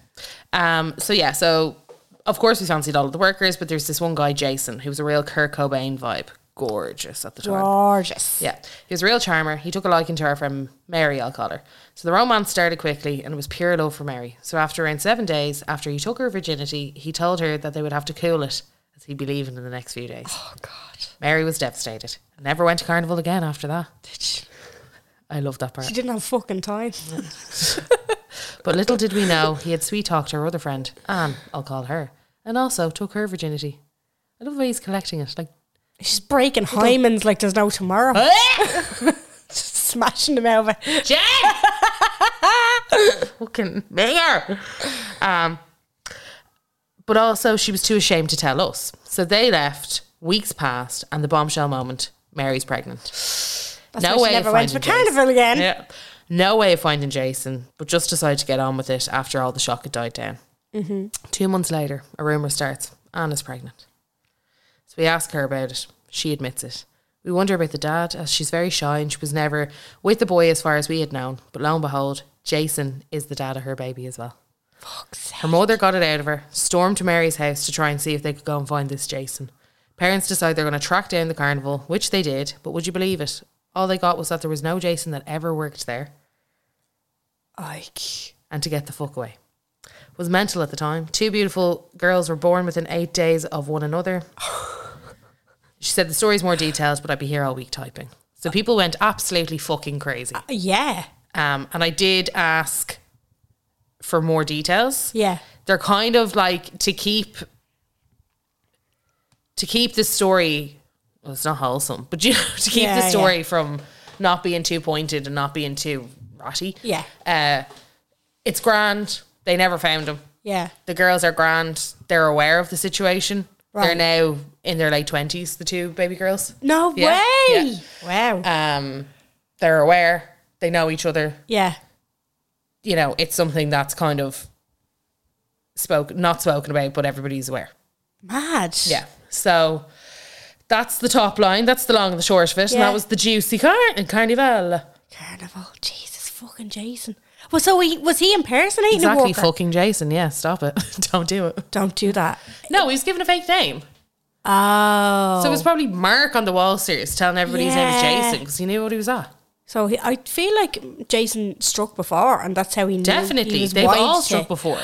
S2: Um, so yeah, so of course we fancied all of the workers, but there's this one guy, Jason, who was a real Kurt Cobain vibe. Gorgeous at the time.
S3: Gorgeous.
S2: Yeah. He was a real charmer. He took a liking to her from Mary, I'll call her. So the romance started quickly and it was pure love for Mary. So after around seven days, after he took her virginity, he told her that they would have to cool it as he'd be leaving in the next few days.
S3: Oh, God.
S2: Mary was devastated. Never went to carnival again after that. I love that part.
S3: She didn't have fucking time.
S2: But little did we know, he had sweet talked her other friend, Anne, I'll call her, and also took her virginity. I love the way he's collecting it. Like,
S3: She's breaking hymens like there's no tomorrow. Just smashing them over.
S2: Jen! Fucking mayor! Um, but also, she was too ashamed to tell us. So they left, weeks passed, and the bombshell moment Mary's pregnant.
S3: That's
S2: No
S3: why
S2: way
S3: she never
S2: of
S3: went to a
S2: finding Jason.
S3: carnival again.
S2: Yeah. No way of finding Jason, but just decided to get on with it after all the shock had died down. Mm-hmm. Two months later, a rumour starts Anna's pregnant. So we ask her about it. She admits it. We wonder about the dad, as she's very shy and she was never with the boy as far as we had known. But lo and behold, Jason is the dad of her baby as well. Her mother got it out of her, stormed to Mary's house to try and see if they could go and find this Jason. Parents decide they're going to track down the carnival, which they did, but would you believe it? All they got was that there was no Jason that ever worked there
S3: Ike.
S2: and to get the fuck away. Was mental at the time. Two beautiful girls were born within eight days of one another. she said the story's more detailed, but I'd be here all week typing. So people went absolutely fucking crazy.
S3: Yeah.
S2: Um, and I did ask for more details.
S3: Yeah.
S2: They're kind of like to keep to keep the story. Well, it's not wholesome, but you know, to keep
S3: Yeah,
S2: the
S3: yeah.
S2: story from not being too pointed and not being too ratty.
S3: Yeah.
S2: Uh, it's grand. They never found him.
S3: Yeah.
S2: The girls are grand. They're aware of the situation.
S3: Right.
S2: They're now in their late twenties. The two baby girls.
S3: No
S2: Yeah,
S3: way. Uh,
S2: yeah.
S3: Wow.
S2: Um, they're aware. They know each other
S3: yeah.
S2: you know, it's something that's kind of spoke not spoken about, but everybody's aware.
S3: Mad.
S2: Yeah. So that's the top line. That's the long and the short of it. And
S3: Yeah.
S2: that was the juicy car and carnival.
S3: Carnival. Jesus fucking Jason. Well, so he, was he impersonating a
S2: Exactly
S3: walker?
S2: fucking Jason. Yeah, stop it. Don't do it.
S3: Don't do that.
S2: No, he was given a fake name.
S3: Oh.
S2: So it was probably Mark on the wall series telling everybody his name was
S3: Yeah.
S2: Jason because he knew what he was at.
S3: So he, I feel like Jason struck before, and that's how he knew
S2: Definitely.
S3: He was
S2: They've
S3: wide
S2: all
S3: to-
S2: struck before.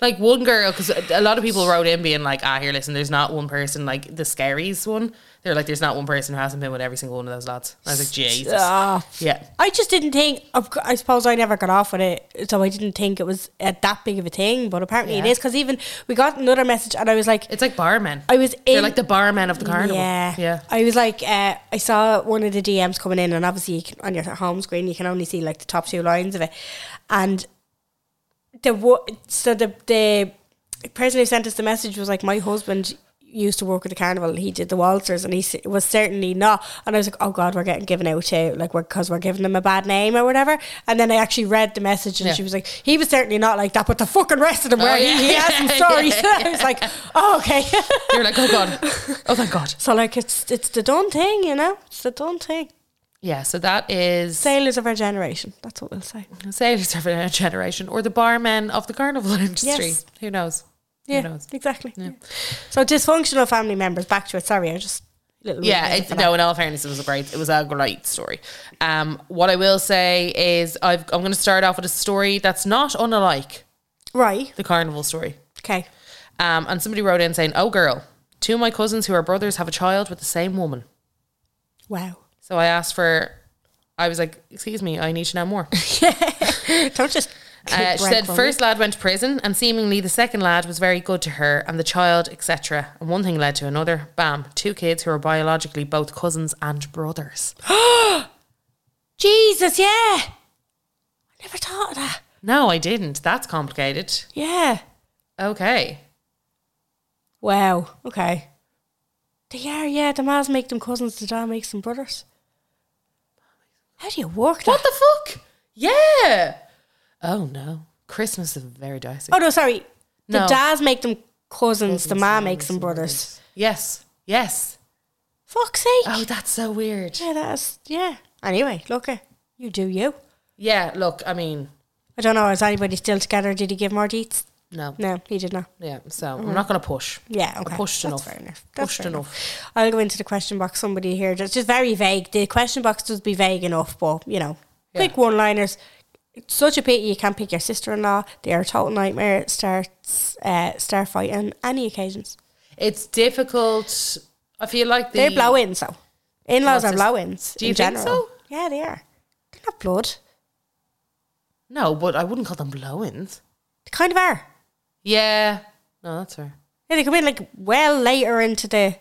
S2: Like one girl, because a lot of people wrote in being like, ah, here, listen, there's not one person, like the scaries one. They're like, there's not one person who hasn't been with every single one of those lads. And I was like, Jesus.
S3: Ah.
S2: Yeah.
S3: I just didn't think. of c- I suppose I never got off with it, so I didn't think it was uh, that big of a thing. But apparently it
S2: Yeah.
S3: is because even we got another message, and I was like,
S2: It's like barmen.
S3: I was
S2: They're
S3: in-
S2: like the barmen of the carnival.
S3: Yeah.
S2: Yeah.
S3: I was like, uh, I saw one of the DMs coming in, and obviously you can, on your home screen you can only see like the top two lines of it, and the wo- so the the person who sent us the message was like, my husband used to work at the carnival. He did the waltzers, and he s- was certainly not. And I was like, oh god, we're getting given out to like we're because we're giving them a bad name or whatever. And then I actually read the message, and
S2: Yeah. Oh,
S3: she was like, he was certainly not like that, but the fucking rest of them were.
S2: yeah.
S3: He, he has some stories. I was like, oh okay.
S2: You're like, oh God. Oh, thank God.
S3: So like it's it's the done thing, you know. It's the done thing.
S2: Yeah, so that is
S3: Sailors of our generation. That's what we'll say.
S2: sailors of our generation or the barmen of the carnival industry.
S3: Yes.
S2: Who knows?
S3: Yeah,
S2: Who knows?
S3: exactly. So dysfunctional family members. Back to it. Sorry, I just little
S2: Yeah,
S3: reason
S2: it,
S3: for
S2: no.
S3: that.
S2: In all fairness, it was a great, it was a great story. Um, what I will say is, I've, I'm going to start off with a story that's not unlike
S3: Right.
S2: the carnival story.
S3: Okay.
S2: Um, and somebody wrote in saying, "Oh, girl, two of my cousins who are brothers have a child with the same woman."
S3: Wow.
S2: So I asked for, I was like, "Excuse me, I need to know more."
S3: Don't just.
S2: Uh,
S3: kick
S2: she
S3: bread
S2: said
S3: from
S2: first
S3: me.
S2: lad went to prison, and seemingly the second lad was very good to her and the child, etc. And one thing led to another. Bam! Two kids who are biologically both cousins and brothers.
S3: Jesus, yeah. I never thought of that.
S2: No, I didn't. That's complicated.
S3: Yeah.
S2: Okay.
S3: Wow. Okay. They are, yeah. The mas make them cousins, the dad makes them brothers. How do you work that?
S2: What the fuck? Yeah. Oh no. Christmas is very dicey.
S3: oh, no, sorry. The
S2: No.
S3: dads make them cousins, the ma makes them brothers.
S2: Yes. Yes.
S3: Fuck's sake.
S2: Oh, that's so weird.
S3: Yeah, that's, yeah. Anyway, look, eh, you do you.
S2: Yeah. Look, I mean,
S3: I don't know, is anybody still together? Did he give more deets?
S2: no.
S3: No, he did not.
S2: Yeah. So I'm not gonna push.
S3: Yeah,
S2: I
S3: okay.
S2: pushed
S3: That's
S2: enough.
S3: fair enough. That's
S2: Pushed
S3: fair
S2: enough.
S3: I'll go into the question box. Somebody here that's just very vague. The question box does be vague enough, but you know,
S2: Yeah.
S3: quick one liners. It's such a pity you can't pick your sister in law. They are a total nightmare. Starts uh, star fight on any occasions.
S2: It's difficult. I feel like the
S3: They're blow ins though. In laws
S2: What's
S3: are
S2: this?
S3: blow ins.
S2: Do you
S3: in
S2: think
S3: general.
S2: so?
S3: Yeah, they are. They're not blood.
S2: No, but I wouldn't call them blow-ins.
S3: They kind of are.
S2: Yeah. No, that's fair.
S3: Yeah, they come in like well later into the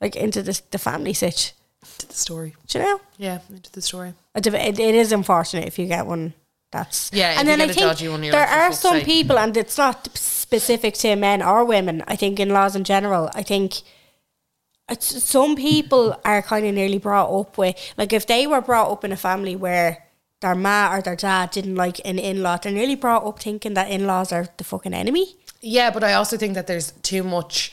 S3: like into the the family sitch.
S2: Into the story.
S3: Do you know?
S2: Yeah, into the story.
S3: It, it, it is unfortunate if you get one that's
S2: Yeah, if
S3: And
S2: you get
S3: then I
S2: a
S3: think
S2: dodgy one, you're
S3: there
S2: like, for
S3: are
S2: fuck's
S3: some
S2: sake.
S3: people, and it's not specific to men or women. I think in laws in general, I think it's, some people are kind of nearly brought up with like if they were brought up in a family where their ma or their dad didn't like an in law, they're nearly brought up thinking that in laws are the fucking enemy.
S2: Yeah, but I also think that there's too much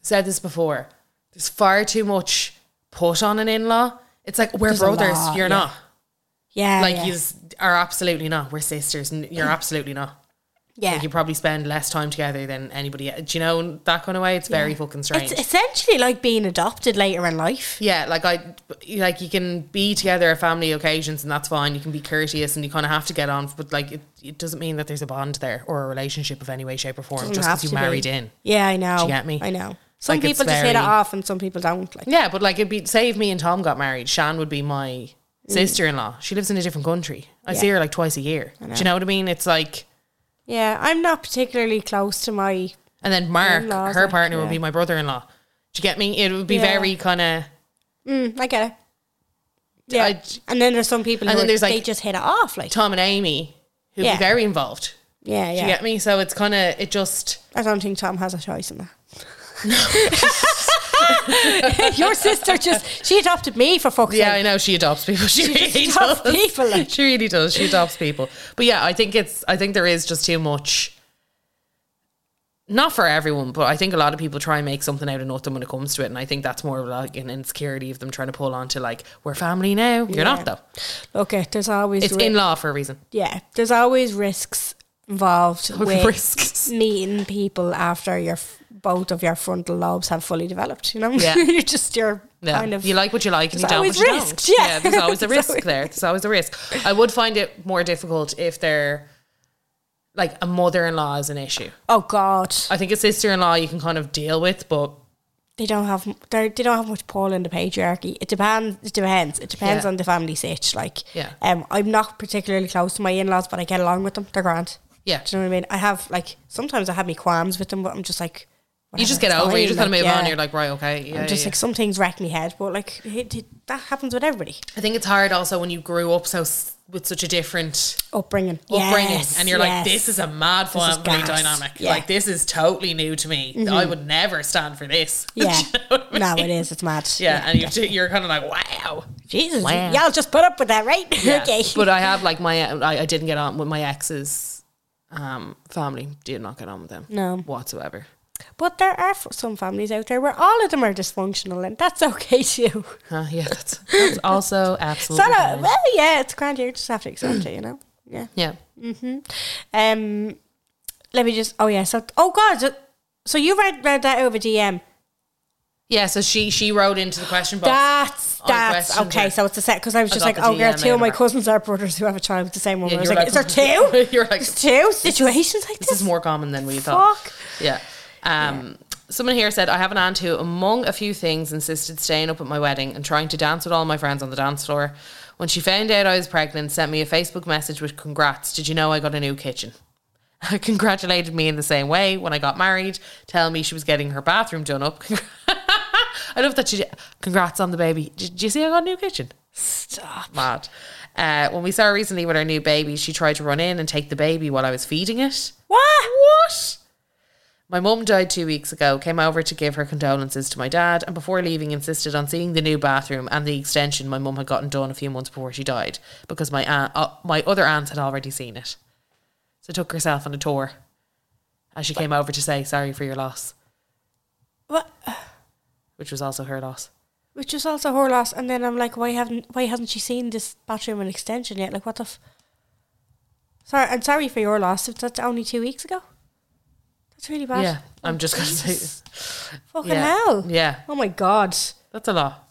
S2: said this before. There's far too much put on an in-law. It's like we're
S3: There's a
S2: brothers,
S3: lot,
S2: you're
S3: yeah.
S2: not.
S3: Yeah,
S2: like
S3: yeah.
S2: you are absolutely not. We're sisters and you're absolutely not.
S3: yeah.
S2: Like you probably spend less time together than anybody else. Do you know that kind of way? It's very fucking strange.
S3: it's essentially like being adopted later in life.
S2: Yeah, like I like you can be together at family occasions and that's fine. You can be courteous and you kind of have to get on, but like it, it doesn't mean that there's a bond there or a relationship of any way, shape, or form
S3: Doesn't
S2: just
S3: have
S2: because you
S3: to
S2: married
S3: be.
S2: in.
S3: Yeah, I know.
S2: Do you get me?
S3: I know. Some
S2: Like, it's
S3: people just hit it
S2: very-
S3: off, and some people don't. Like,
S2: Yeah, but like it'd be say if me and Tom got married, Shan would be my sister in law. She lives in a different country. I see her like twice a year. Do you know what I mean? It's like,
S3: yeah, I'm not particularly close to my.
S2: and then Mark,
S3: In-laws,
S2: her
S3: like,
S2: partner,
S3: yeah.
S2: would be my brother in law. Do you get me? It would be
S3: Yeah.
S2: very kind of.
S3: Mm, I get it. Yeah,
S2: I-
S3: and then there's some people,
S2: And
S3: who
S2: then
S3: are-
S2: there's, like-
S3: they just hit it off. Like,
S2: Tom and Amy, who'd
S3: Yeah.
S2: be very involved.
S3: yeah,
S2: Do
S3: yeah.
S2: you get me? So it's kind of it just.
S3: I don't think Tom has a choice in that. Your sister just she adopted me for fuck's
S2: Yeah, I
S3: sake.
S2: know she adopts people. She, really
S3: adopts
S2: does.
S3: people, like-
S2: She really does. She adopts people. But yeah, I think it's. I think there is just too much. Not for everyone, but I think a lot of people try and make something out of nothing when it comes to it, and I think that's more of like an insecurity of them trying to pull on to like we're family now. You're not though.
S3: Look, it, there's always
S2: It's
S3: ri-
S2: in law for a reason.
S3: yeah, there's always risks involved with
S2: Risks.
S3: meeting people after your f- both of your frontal lobes have fully developed. You know,
S2: Yeah.
S3: you're just you're
S2: Yeah.
S3: kind of
S2: you like what you like and you
S3: there's
S2: don't what
S3: always
S2: you
S3: risks,
S2: don't.
S3: yeah.
S2: there's always a
S3: There's
S2: risk
S3: always-
S2: there. There's always a risk. I would find it more difficult if they're like a mother-in-law is an issue.
S3: oh god,
S2: I think a sister in law you can kind of deal with, but
S3: they don't have they they don't have much pull in the patriarchy. It depends. It depends. It depends
S2: Yeah.
S3: on the family sitch. Like,
S2: Yeah.
S3: um, I'm not particularly close to my in laws, but I get along with them. They're grand.
S2: yeah,
S3: Do you know what I mean? I have like sometimes I have me qualms with them, but I'm just like
S2: you just get
S3: whatever, it's
S2: over. it. You
S3: fine,
S2: just kind of
S3: like,
S2: move
S3: yeah.
S2: on. You're like, right, okay, yeah.
S3: I'm just
S2: yeah,
S3: like some things rack me head, but like it, it- that happens with everybody.
S2: yeah. I think it's hard also when you grew up so s- with such a different
S3: Upbringing,
S2: upbringing,
S3: Yes,
S2: and you're like,
S3: yes.
S2: this is a mad
S3: is
S2: family
S3: gas.
S2: dynamic.
S3: Yeah. Mm-hmm.
S2: Like this is totally new to me. I would never stand for this. Do you
S3: yeah.
S2: know what I
S3: no,
S2: mean?
S3: it is. It's mad.
S2: Yeah, and you do- you're kind of like, wow.
S3: Jesus,
S2: Wow.
S3: y'all just put up with that, right?
S2: Yeah.
S3: okay.
S2: But uh, I have like my I, I didn't get on with my ex's um, family. Did not get on with them.
S3: No.
S2: whatsoever.
S3: But there are f- some families out there where all of them are dysfunctional, and that's okay too.
S2: Uh, yeah, that's, that's also absolutely.
S3: So, no,
S2: fine.
S3: well, yeah, it's grand. You just have to accept it, you know. Yeah.
S2: Yeah.
S3: Um, let me just. Oh yeah. So, oh god. So, so you read read that over DM.
S2: Yeah, so she she wrote into the question box.
S3: That's
S2: I
S3: that's
S2: questioned
S3: okay.
S2: her.
S3: So it's a set because I was
S2: I
S3: just
S2: got
S3: like,
S2: the
S3: oh, girl,
S2: DM
S3: two
S2: out
S3: of
S2: of
S3: my
S2: her.
S3: cousins are brothers who have a child with the same woman.
S2: Yeah,
S3: I was
S2: you're
S3: like, is there
S2: like-
S3: two?
S2: You're like-
S3: There's two situations like this.
S2: This is more common than we thought.
S3: Fuck.
S2: Yeah. Um, Someone here said, I have an aunt who, among a few things, insisted staying up at my wedding and trying to dance with all my friends on the dance floor. When she found out I was pregnant, sent me a Facebook message with congrats. Did you know I got a new kitchen? Congratulated me in the same way when I got married, telling me she was getting her bathroom done up. I love that she did. Congrats on the baby. Did, did you see I got a new kitchen? Stop. Mad. Uh, when we saw her recently with our new baby, she tried to run in and take the baby while I was feeding it.
S3: What?
S2: What? My mum died two weeks ago, came over to give her condolences to my dad, and before leaving, insisted on seeing the new bathroom and the extension my mum had gotten done a few months before she died because my aunt, uh, my other aunts had already seen it. So took herself on a tour as she came over to say sorry for your loss,
S3: What?
S2: which was also her loss.
S3: Which is also her loss. And then I'm like, why haven't why hasn't she seen this bathroom and extension yet? Like, what the? F- sorry, I'm sorry for your loss. If that's only two weeks ago, that's really bad.
S2: Yeah, I'm just gonna say,
S3: Fucking
S2: yeah,
S3: hell.
S2: yeah,
S3: Oh my god.
S2: that's a lot.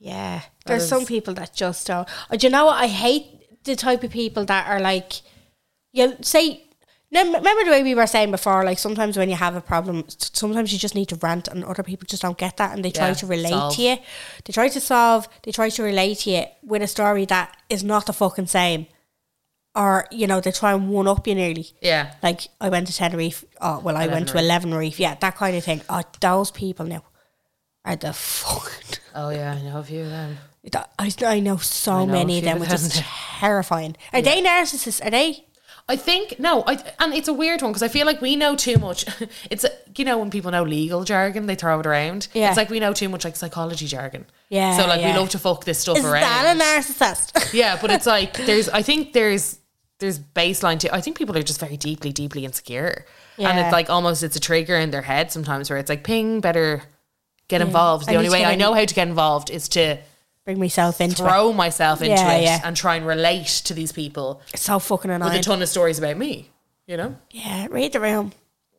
S3: Yeah. There's some people that just don't. Uh, Do you know what? I hate the type of people that are like, you say, no, m- remember the way we were saying before, like sometimes when you have a problem, s- sometimes you just need to rant and other people just don't get that and they try
S2: Yeah,
S3: to relate
S2: solve.
S3: to you. They try to solve, they try to relate to you with a story that is not the fucking same. Or, you know, they try and one up you nearly.
S2: Yeah,
S3: Like, I went to Tenerife. Oh, well, I went to 11 Reef. Yeah, that kind of thing. Oh, those people now are the fucking.
S2: oh yeah, I know a few of them.
S3: That- I, I know so
S2: know
S3: many
S2: a few
S3: of them,
S2: of
S3: which
S2: them.
S3: is terrifying. Are they narcissists? Are they?
S2: I think no, I and it's a weird one because I feel like we know too much. It's you know when people know legal jargon, they throw it around.
S3: Yeah.
S2: it's like we know too much like psychology jargon.
S3: Yeah,
S2: so like
S3: yeah.
S2: we love to fuck this stuff
S3: Is
S2: around.
S3: that a narcissist?
S2: yeah, but it's like there's. I think there's there's baseline to. I think people are just very deeply, deeply insecure, and
S3: Yeah.
S2: it's like almost it's a trigger in their head sometimes where it's like ping better get involved. The
S3: I
S2: only
S3: need to
S2: way
S3: get
S2: I
S3: in-
S2: know how to get involved is to
S3: Bring myself into it.
S2: throw myself into
S3: Yeah,
S2: it
S3: yeah.
S2: and try and relate to these people
S3: It's so fucking
S2: with a
S3: annoying.
S2: ton of stories about me. You know.
S3: yeah, read the room.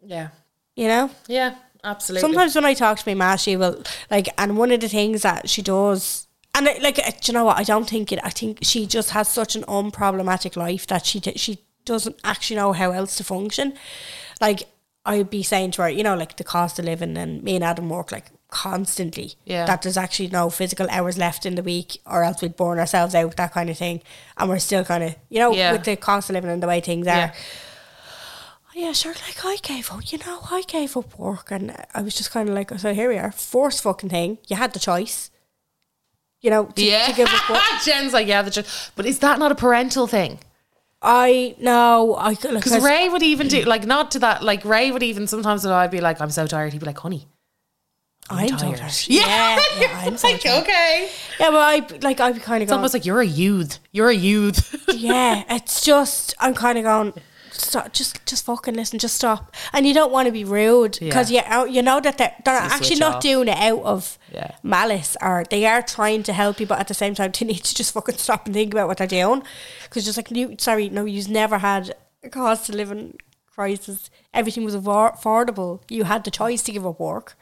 S2: Yeah.
S3: You know.
S2: Yeah, absolutely.
S3: Sometimes when I talk to my ma, she will like, and one of the things that she does, and it, like, uh, do you know what? I don't think it. I think she just has such an unproblematic life that she d- she doesn't actually know how else to function. Like I'd be saying to her, you know, like the cost of living, and me and Adam work like constantly.
S2: Yeah.
S3: that there's actually no physical hours left in the week, or else we'd burn ourselves out, that kind of thing. And we're still kind of, you know,
S2: Yeah.
S3: with the cost of living and the way things
S2: Yeah.
S3: are. Oh, Yeah, sure. Like I gave up, you know, I gave up work, and I was just kind of like, so here we are, forced fucking thing. You had the choice, you know, to,
S2: yeah.
S3: to give up work.
S2: Jen's like, yeah, the ch- but is that not a parental thing?
S3: I know, I like,
S2: Because Ray would even do like not to that. Like Ray would even sometimes when I'd be like, I'm so tired. He'd be like, honey,
S3: I'm
S2: tired.
S3: tired.
S2: Yeah,
S3: yeah, yeah,
S2: You're
S3: I'm
S2: like,
S3: so tired.
S2: okay.
S3: Yeah, but I like I'd be kind of
S2: It's
S3: going,
S2: almost like you're a youth. You're a youth.
S3: yeah, it's just I'm kind of going. Stop, just, just fucking listen. Just stop, and you don't want to be rude because
S2: Yeah.
S3: you out, you know that they're, they're
S2: you
S3: actually
S2: switch
S3: not
S2: off.
S3: doing it out of
S2: Yeah.
S3: malice, or they are trying to help you, but at the same time they need to just fucking stop and think about what they're doing. Because just like you, sorry, no, you've never had a cost to living crisis. Everything was afford- affordable. You had the choice to give up work.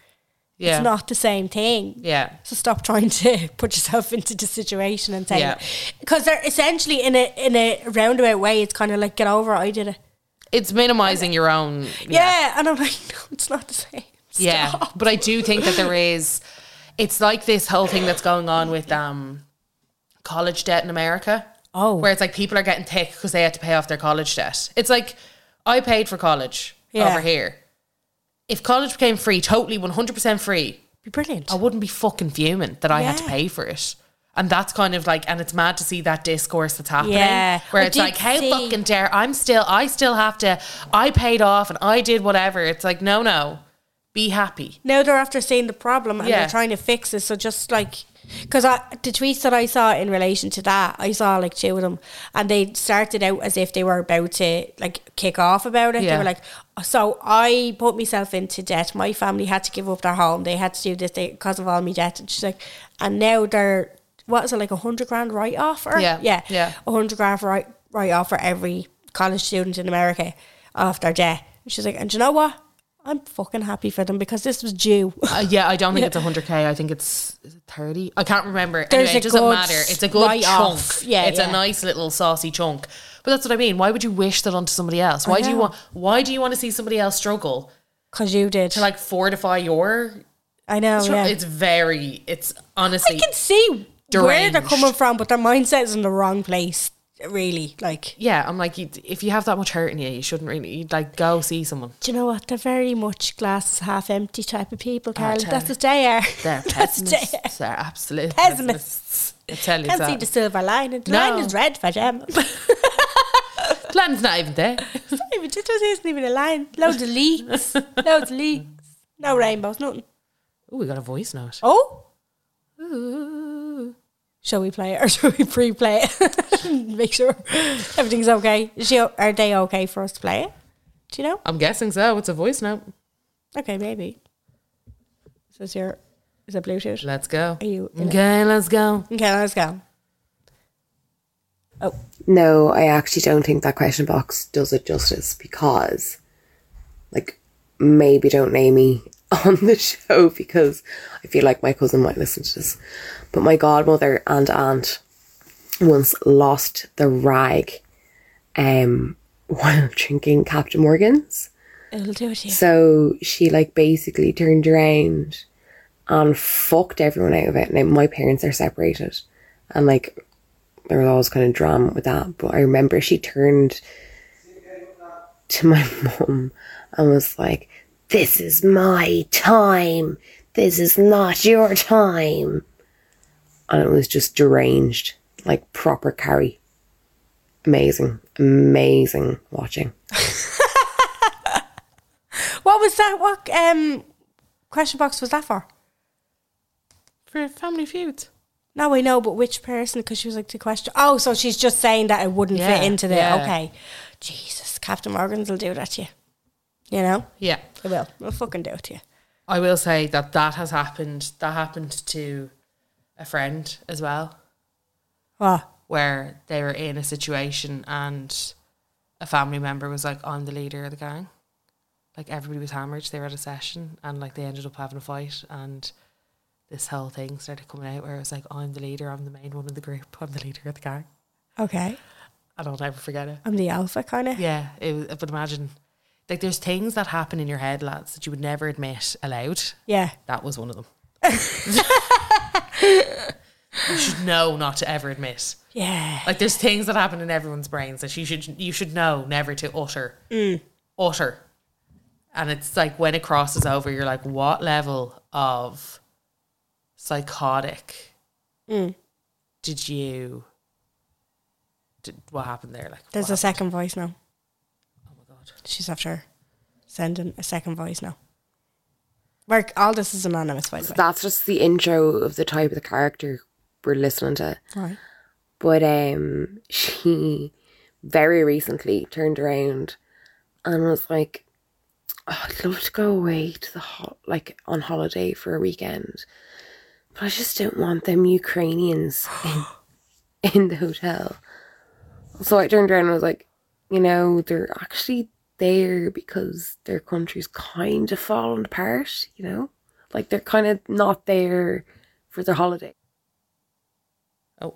S2: yeah.
S3: It's not the same thing.
S2: Yeah.
S3: So stop trying to put yourself into the situation and saying
S2: Yeah.
S3: because they're essentially in a in a roundabout way. It's kind of like get over it. I did it.
S2: It's minimizing your own.
S3: Yeah, and I'm like, no, it's not the same.
S2: Yeah, but I do think that there is. It's like this whole thing that's going on with um, college debt in America.
S3: Oh.
S2: where it's like people are getting thick because they had to pay off their college debt. It's like I paid for college
S3: Yeah.
S2: over here. If college became free, totally one hundred percent free,
S3: Be brilliant.
S2: I wouldn't be fucking fuming that I had to
S3: Yeah.
S2: pay for it. And that's kind of like, and it's mad to see that discourse that's happening.
S3: Yeah.
S2: Where
S3: I
S2: it's
S3: did
S2: like, how
S3: see-
S2: fucking dare I'm still, I still have to, I paid off and I did whatever. It's like, no, no, be happy.
S3: Now they're after seeing the problem and
S2: Yeah.
S3: they're trying to fix it. So just like Because the tweets that I saw in relation to that, I saw like two of them, and they started out as if they were about to like kick off about it. They
S2: Yeah.
S3: were like, "So I put myself into debt. My family had to give up their home. They had to do this thing because of all my debt." And she's like, "And now they're what is it like a hundred grand write off? Or
S2: Yeah,
S3: yeah,
S2: yeah.
S3: a hundred grand write write off for every college student in America off their debt." And she's like, "And do you know what?" I'm fucking happy for them because this was due.
S2: Uh, yeah, I don't think it's 100k. I think it's is it 30. I can't remember.
S3: There's
S2: anyway,
S3: a
S2: it doesn't
S3: good
S2: matter. It's a good chunk.
S3: write-off. Yeah,
S2: it's
S3: yeah.
S2: a nice little saucy chunk. But that's what I mean. Why would you wish that onto somebody else? Why do you
S3: know.
S2: want? Why do you want to see somebody else struggle
S3: Cause you did.
S2: to like fortify your?
S3: I know.
S2: str-
S3: Oh, yeah.
S2: It's very. It's honestly.
S3: I can see where they're
S2: deranged.
S3: coming from, but their mindset is in the wrong place. Really, like
S2: yeah, I'm like, you, if you have that much hurt in you, you shouldn't really. You'd like go see someone.
S3: do you know what? They're very much glasses half empty type of people, Carol.
S2: tell
S3: That's
S2: me.
S3: what they are.
S2: They're
S3: That's what they are.
S2: pessimists. They're absolute
S3: Pessimists.
S2: I tell you
S3: Can't see the
S2: that.
S3: silver lining. The
S2: No.
S3: line is red for them.
S2: Plan's not even there.
S3: it just isn't even a line. Loads of leaks. Loads of leaks. No rainbows. Nothing.
S2: Oh, we got a voice note.
S3: Oh. Shall we play it or shall we pre-play it? Make sure everything's okay. Is she, are they okay for us to play it? Do you know?
S2: I'm guessing so. It's a voice note.
S3: Okay, maybe. So is your is it Bluetooth?
S2: Let's go.
S3: Are you in it?
S2: okay? Let's go.
S3: Okay, let's go. Oh,
S4: No, I actually don't think that question box does it justice because, like, maybe don't name me on the show because I feel like my cousin might listen to this. But my godmother and aunt once lost the rag um, while drinking Captain Morgan's.
S3: It'll do it. Yeah.
S4: So she, like, basically turned around and fucked everyone out of it. Now, my parents are separated and, like, there was always kind of drama with that. But I remember she turned to my mum and was like, This is my time. This is not your time. And it was just deranged, like proper carry. Amazing, amazing watching.
S3: What was that? What um question box was that for?
S2: For Family Feud.
S3: No, I know, but which person? Because she was like the question. Oh, so she's just saying that it wouldn't
S2: Yeah,
S3: fit into the
S2: yeah.
S3: okay. Jesus, Captain Morgan's will do that to you. You know,
S2: Yeah.
S3: it will. It'll fucking do it to you.
S2: I will say that that has happened. That happened to a friend as well,
S3: What?
S2: where they were in a situation and a family member was like, I'm the leader of the gang. Like everybody was hammered. They were at a session and like they ended up having a fight and this whole thing started coming out where it was like, I'm the leader. I'm the main one in the group. I'm the leader of the gang.
S3: Okay,
S2: And I'll never forget it.
S3: I'm the alpha kind of.
S2: Yeah, it was, but imagine, like, there's things that happen in your head, lads, that you would never admit aloud.
S3: Yeah.
S2: That was one of them. you should know not to ever admit.
S3: Yeah.
S2: Like, there's things that happen in everyone's brains that you should you should know never to utter,
S3: Mm.
S2: utter. And it's like when it crosses over, you're like, what level of psychotic
S3: Mm.
S2: did you? Did, what happened there? Like,
S3: There's
S2: what
S3: a second voice now.
S2: happened? Oh my god.
S3: She's after sending a second voice now. Mark, all this is anonymous, by the way.
S4: That's just the intro of the type of the character we're listening to.
S3: Right.
S4: But um, she very recently turned around and was like, oh, "I'd love to go away to the ho- like on holiday for a weekend, but I just don't want them Ukrainians in, in the hotel." So I turned around and was like, "You know, they're actually there because their country's kind of falling apart. You know, like they're kind of not there for their holiday."
S2: Oh,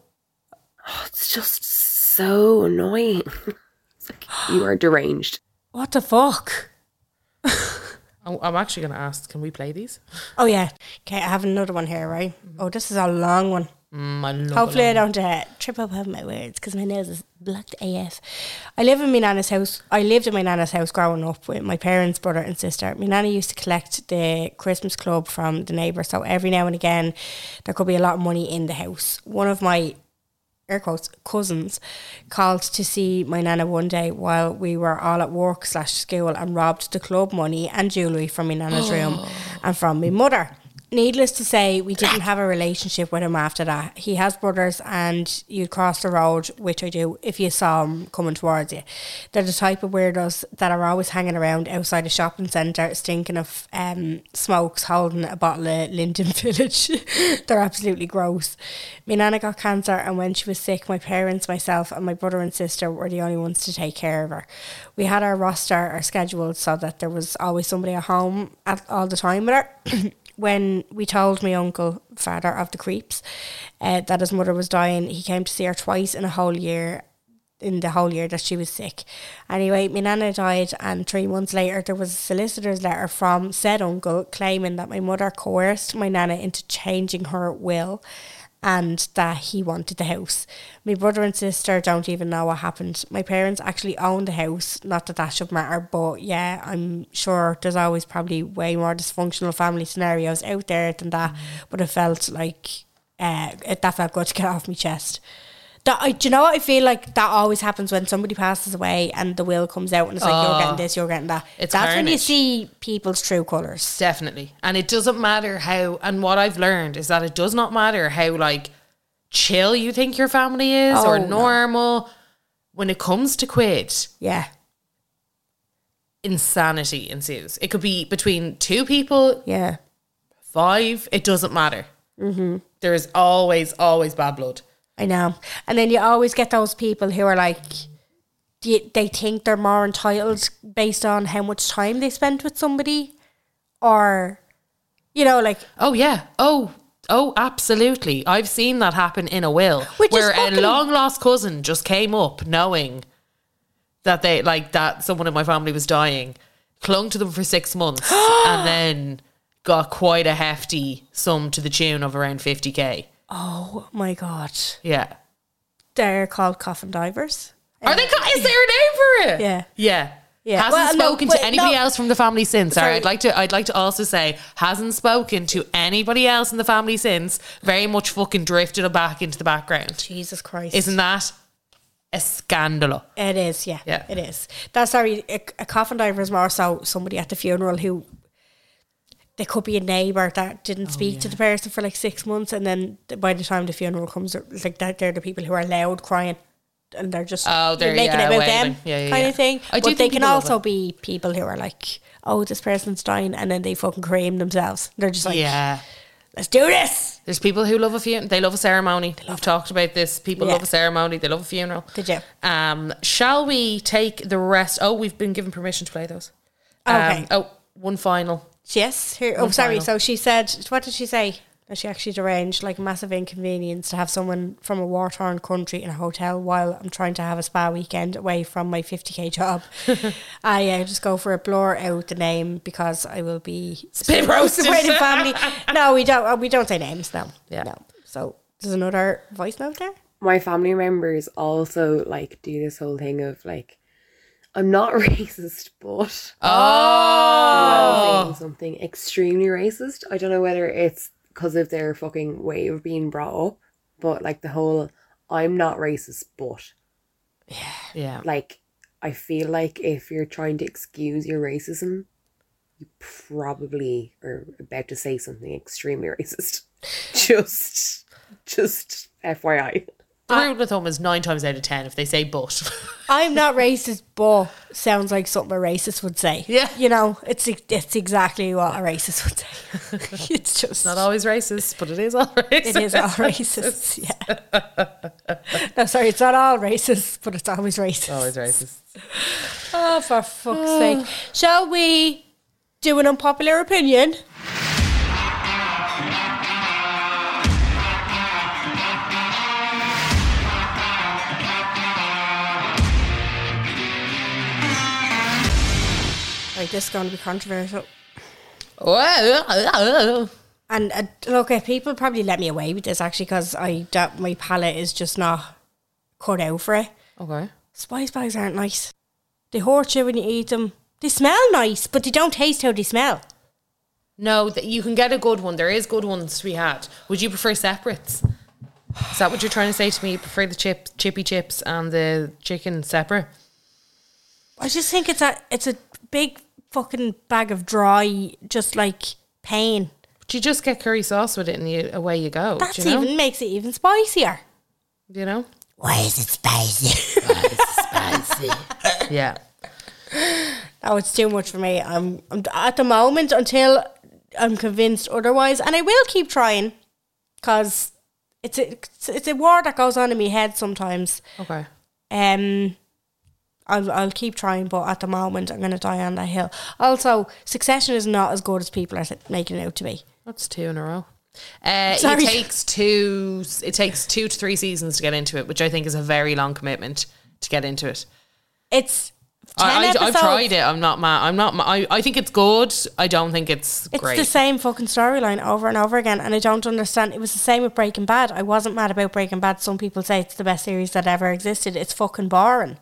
S4: Oh, it's just so annoying. it's like you are deranged.
S3: What the fuck?
S2: I'm I'm actually going to ask, can we play these?
S3: Oh yeah. Okay, I have another one here, right?
S2: Mm-hmm.
S3: Oh, this is a long one.
S2: Mm, I love
S3: Hopefully, I
S2: it.
S3: don't uh, trip up over my words because my nose is blocked AF. I live in my nana's house. I lived in my nana's house growing up with my parents, brother, and sister. My nana used to collect the Christmas club from the neighbours, so every now and again, there could be a lot of money in the house. One of my air quotes cousins called to see my nana one day while we were all at work slash school and robbed the club money and jewellery from my nana's room and from my mother. needless to say, we didn't have a relationship with him after that. He has brothers, and you'd cross the road, which I do, if you saw him coming towards you. They're the type of weirdos that are always hanging around outside a shopping centre, stinking of um, smokes, holding a bottle of Linden Village. They're absolutely gross. My nana got cancer, and when she was sick, my parents, myself, and my brother and sister were the only ones to take care of her. We had our roster, our scheduled, so that there was always somebody at home at, all the time with her. when we told my uncle, father of the creeps, uh, that his mother was dying, he came to see her twice in a whole year, in the whole year that she was sick. Anyway, my nana died, and three months later, there was a solicitor's letter from said uncle claiming that my mother coerced my nana into changing her will. And that he wanted the house. My brother and sister don't even know what happened. My parents actually own the house. Not that that should matter, but yeah, I'm sure there's always probably way more dysfunctional family scenarios out there than that. But it felt like uh, it, that felt good to get off my chest. That I, do you know what I feel like? That always happens when somebody passes away and the will comes out and it's like you're getting this, you're getting that.
S2: Oh. It's
S3: That's when you
S2: carnage.
S3: see people's true colors.
S2: Definitely. And it doesn't matter how, and what I've learned is that it does not matter how, like, chill you think your family is or
S3: Oh, no.
S2: normal. When it comes to quid,
S3: Yeah,
S2: insanity ensues. It could be between two people,
S3: yeah,
S2: five, it doesn't matter.
S3: Mm-hmm.
S2: There is always, always bad blood.
S3: I know. And then you always get those people who are like, they they think they're more entitled based on how much time they spent with somebody, or, you know, like
S2: Oh yeah. Oh oh absolutely. I've seen that happen in a will.
S3: Which is
S2: where
S3: fucking-
S2: a long lost cousin just came up knowing that they like that someone in my family was dying, clung to them for six months and then got quite a hefty sum to the tune of around fifty K.
S3: oh my god,
S2: Yeah.
S3: they're called coffin divers.
S2: Are they ca- is there a name for it?
S3: Yeah.
S2: Yeah.
S3: Yeah.
S2: Hasn't
S3: Well, no,
S2: spoken
S3: wait,
S2: to anybody
S3: no.
S2: else from the family since. Sorry,
S3: Sorry.
S2: I'd like to I'd like to also say hasn't spoken to anybody else in the family since. Very much fucking drifted back into the background.
S3: Jesus Christ!
S2: Isn't that a scandal?
S3: It is, yeah.
S2: Yeah.
S3: It is. That's sorry, a, a coffin diver is more so somebody at the funeral who they could be a neighbour that didn't
S2: Oh,
S3: speak to the person for like six months and then th- by the time the funeral comes it's like that they're the people who are loud crying and they're just
S2: Oh, they're-
S3: you're making
S2: yeah,
S3: it about
S2: wailing.
S3: them
S2: Yeah, yeah,
S3: kind
S2: yeah.
S3: of thing.
S2: I do
S3: but they
S2: think
S3: can
S2: people love
S3: also
S2: it.
S3: be people who are like, Oh, this person's dying and then they fucking cream themselves. They're just like,
S2: yeah.
S3: Let's do this.
S2: There's people who love a funeral. They love a ceremony. We've talked about this. People
S3: Yeah.
S2: love a ceremony. They love a funeral.
S3: They do.
S2: Um, shall we take the rest? Oh, we've been given permission to play those.
S3: Okay.
S2: Um, oh, one final.
S3: Yes. Here, oh,
S2: One
S3: sorry.
S2: final.
S3: So she said, what did she say? That she actually deranged like massive inconvenience to have someone from a war torn country in a hotel while I'm trying to have a spa weekend away from my 50k job. I uh, just go for a blur out the name because I will be
S2: Spit roasted.
S3: Away the family. No, we don't. uh, We don't say names. No.
S2: Yeah.
S3: No. So there's another voice note there.
S4: my family members also like do this whole thing of like I'm not racist, but oh, something extremely racist. I don't know whether it's because of their fucking way of being brought up, but like the whole I'm not racist, but
S2: Yeah.
S4: like I feel like if you're trying to excuse your racism, you probably are about to say something extremely racist. Just, just FYI.
S2: The rule with them is nine times out of ten if they say but.
S3: I'm not racist, but sounds like something a racist would say.
S2: Yeah.
S3: You know, it's it's exactly what a racist would say. it's just
S2: Not always racist, but it is all racist.
S3: It is all racists, yeah. no, sorry, it's not all racist, but it's always racist.
S2: Always racist.
S3: Oh, for fuck's sake. Shall we do an unpopular opinion? Right, this is going to be controversial. And uh, look, uh, people probably let me away with this actually because I don't, my palate is just not cut out for it.
S2: Okay.
S3: Spice bags aren't nice. They hurt you when you eat them. They smell nice, but they don't taste how they smell.
S2: No, th- you can get a good one. There is good ones to be had. Would you prefer separates? Is that what you're trying to say to me? You prefer the chip, chippy chips and the chicken separate?
S3: I just think it's a it's a big fucking bag of dry, just like pain.
S2: Do you just get curry sauce with it and you, away you go?
S3: That's
S2: do you know?
S3: even makes it even spicier.
S2: Do you know?
S3: Why is it spicy?
S2: Yeah.
S3: oh, it's too much for me. I'm, I'm at the moment until I'm convinced otherwise, and I will keep trying because it's a it's, it's a war that goes on in my head sometimes.
S2: Okay.
S3: Um, I'll I'll keep trying, but at the moment I'm gonna die on that hill. Also, Succession is not as good as people are making it out to be.
S2: That's two in a row. Uh, it
S3: Sorry.
S2: takes two. It takes two to three seasons to get into it, which I think is a very long commitment to get into it.
S3: It's ten
S2: I, I, I've
S3: episodes.
S2: tried it. I'm not mad. I'm not. Ma- I, I think it's good. I don't think it's,
S3: It's
S2: great.
S3: the same fucking storyline over and over again, and I don't understand. It was the same with Breaking Bad. I wasn't mad about Breaking Bad. Some people say it's the best series that ever existed. It's fucking boring.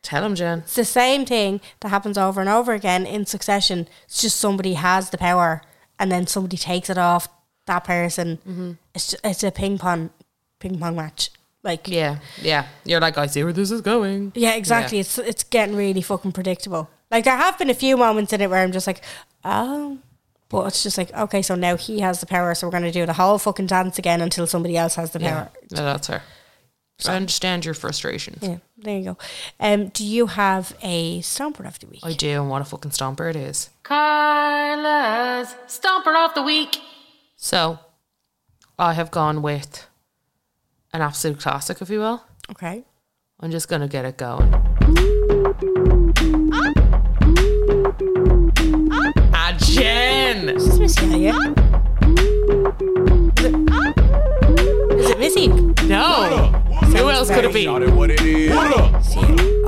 S2: Tell him, Jen.
S3: It's the same thing that happens over and over again in succession. It's just somebody has the power, and then somebody takes it off that person.
S2: Mm-hmm.
S3: It's just, it's a ping pong ping pong match. Like yeah,
S2: Yeah, yeah. You're like, I see where this is going.
S3: exactly.
S2: Yeah.
S3: It's it's getting really fucking predictable. Like there have been a few moments in it where I'm just like, oh. But it's just like okay, so now he has the power, so we're gonna do the whole fucking dance again until somebody else has the
S2: Yeah,
S3: power.
S2: no, that's her. I understand your frustrations.
S3: Yeah, there you go. Um, do you have a stomper of the week?
S2: I do, and what a fucking stomper it is.
S5: Carla's Stomper of the Week.
S2: So, I have gone with an absolute classic, if you will.
S3: Okay.
S2: I'm just gonna get it going. Ah, Jen!
S3: Is Missy are you? Is it Missy?
S2: No! Who else could it be?
S6: Shout it what it is.
S3: Oh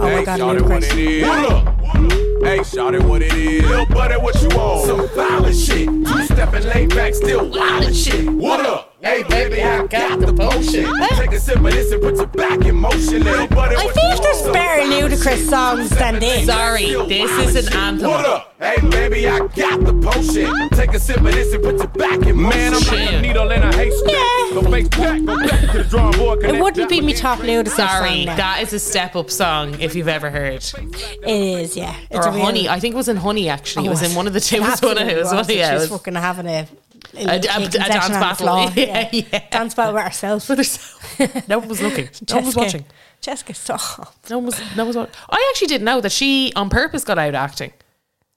S3: my
S6: Hey,
S3: god,
S6: shout
S3: Luke
S6: it what it
S3: Chris.
S6: is. Hey, shout it what it is. Lil' buddy, what you on? Some violent shit. Two stepping laid back, still wild and shit. What up? Hey, baby, I got the potion. Take a sip of this and put your back in motion. Lil' buddy,
S3: I
S6: what
S3: feel like
S6: you
S3: there's
S6: on?
S3: better ludicrous songs than this.
S2: Sorry, this is an anthem.
S6: What up? Hey, baby, I got the potion. Take a sip of this and put your back in motion. Man, I'm like
S2: Shit.
S6: a needle in a haystack. Go face back, go back to the drawing board.
S3: It wouldn't be me top ludicrous
S2: Sorry,
S3: song. now.
S2: that is a step up song if you've ever heard.
S3: it is, yeah. It's
S2: or
S3: a real-
S2: honey. I think it was in honey actually. it was in one of the two. It was one of
S3: Absolutely
S2: Oh, it was one of
S3: was.
S2: yeah,
S3: She
S2: it
S3: was
S2: was-
S3: fucking having a, a,
S2: a dance battle. Yeah, yeah.
S3: Dance battle with herself.
S2: with herself. no one was looking. No one was
S3: Jessica-
S2: watching.
S3: Jessica, stop.
S2: No one was. No one was. Watching. I actually didn't know that she on purpose got out acting.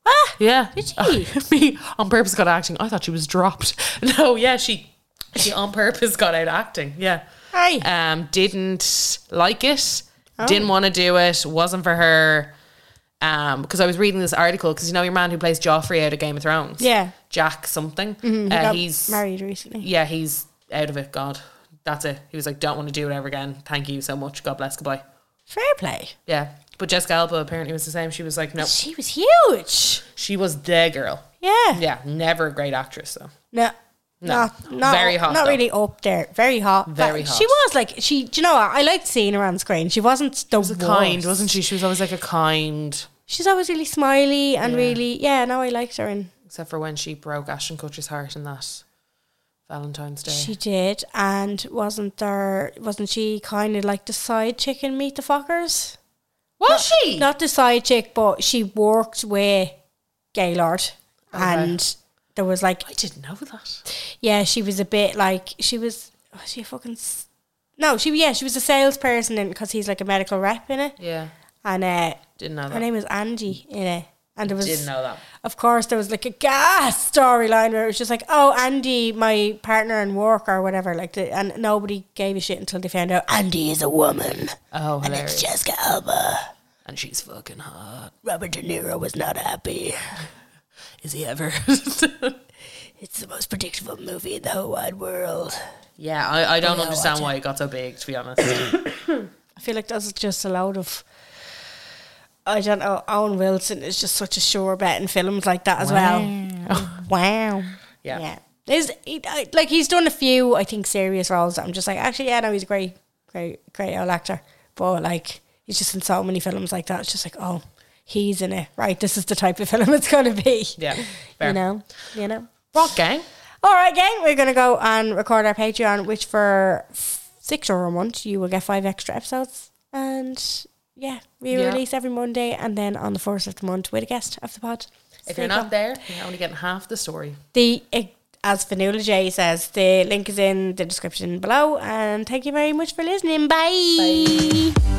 S2: Ah, yeah. Did
S3: she?
S2: Me on purpose got acting. I thought she was dropped. No, yeah, she she on purpose got out acting. Yeah.
S3: Hey.
S2: Um, didn't like it.
S3: Oh.
S2: Didn't want to do it. Wasn't for her. Um, because I was reading this article because you know your man who plays Joffrey out of Game of Thrones.
S3: Yeah. Mm-hmm,
S2: Jack something. Uh,
S3: Got
S2: he's
S3: married recently.
S2: yeah, he's out of it. God, that's it. He was like, don't want to do it ever again. Thank you so much. God bless. Goodbye.
S3: Fair play.
S2: Yeah. But Jessica Alba apparently was the same. She was like, nope.
S3: She was huge.
S2: She was the girl.
S3: Yeah.
S2: Yeah. Never a great actress, though.
S3: No. No, not,
S2: Very hot,
S3: Not
S2: though.
S3: really up there. Very hot.
S2: Very
S3: But
S2: hot.
S3: She was like she. Do you know what? I liked seeing her on screen. She wasn't the
S2: She was
S3: worst.
S2: kind, wasn't she? She was always like a kind,
S3: She's always really smiley and really yeah. No, I liked her and
S2: except for when she broke Ashton Kutcher's heart in that Valentine's Day.
S3: she did. And wasn't there? Wasn't she kind of like the side chick in Meet the Fockers?
S2: was
S3: Not-
S2: she?
S3: Not the side chick, but she worked with Gaylord, and there was like
S2: I didn't know that.
S3: yeah, she was a bit like she was. Was she a fucking? s- No, she yeah, she was a salesperson in because he's like a medical rep in it,
S2: Yeah.
S3: and uh,
S2: Didn't know
S3: her
S2: that.
S3: name was Angie in it, and there was
S2: Didn't know that.
S3: of course there was like a gas storyline where it was just like oh Andy, my partner in work or whatever, like the, and nobody gave a shit until they found out Andy is a woman
S2: Oh,
S3: and it's
S2: hilarious.
S3: Jessica Alba.
S2: And she's fucking hot.
S3: Robert De Niro was not happy.
S2: Is he ever?
S3: It's the most predictable movie in the whole wide world.
S2: yeah, I, I don't understand why it got so big, to be honest.
S3: I feel like that's just a load of. I don't know. Owen Wilson is just such a sure bet in films like that as well. Wow.
S2: Yeah.
S3: Is he, I- like he's done a few, I think, serious roles. That I'm just like, actually, yeah, no, he's a great, great, great old actor. But like, he's just in so many films like that. It's just like, oh, he's in it, right? This is the type of film it's going to be.
S2: Yeah, fair.
S3: You know, you know.
S2: Rock gang.
S3: All right, gang, we're going to go and record our Patreon, which for six euro a month, you will get five extra episodes. And yeah, we
S2: Yeah.
S3: release every Monday and then on the first of the month with a guest of the pod.
S2: If you're not there, you're only getting half the story.
S3: The, eh, as Vanilla J says, the link is in the description below. And thank you very much for listening. Bye.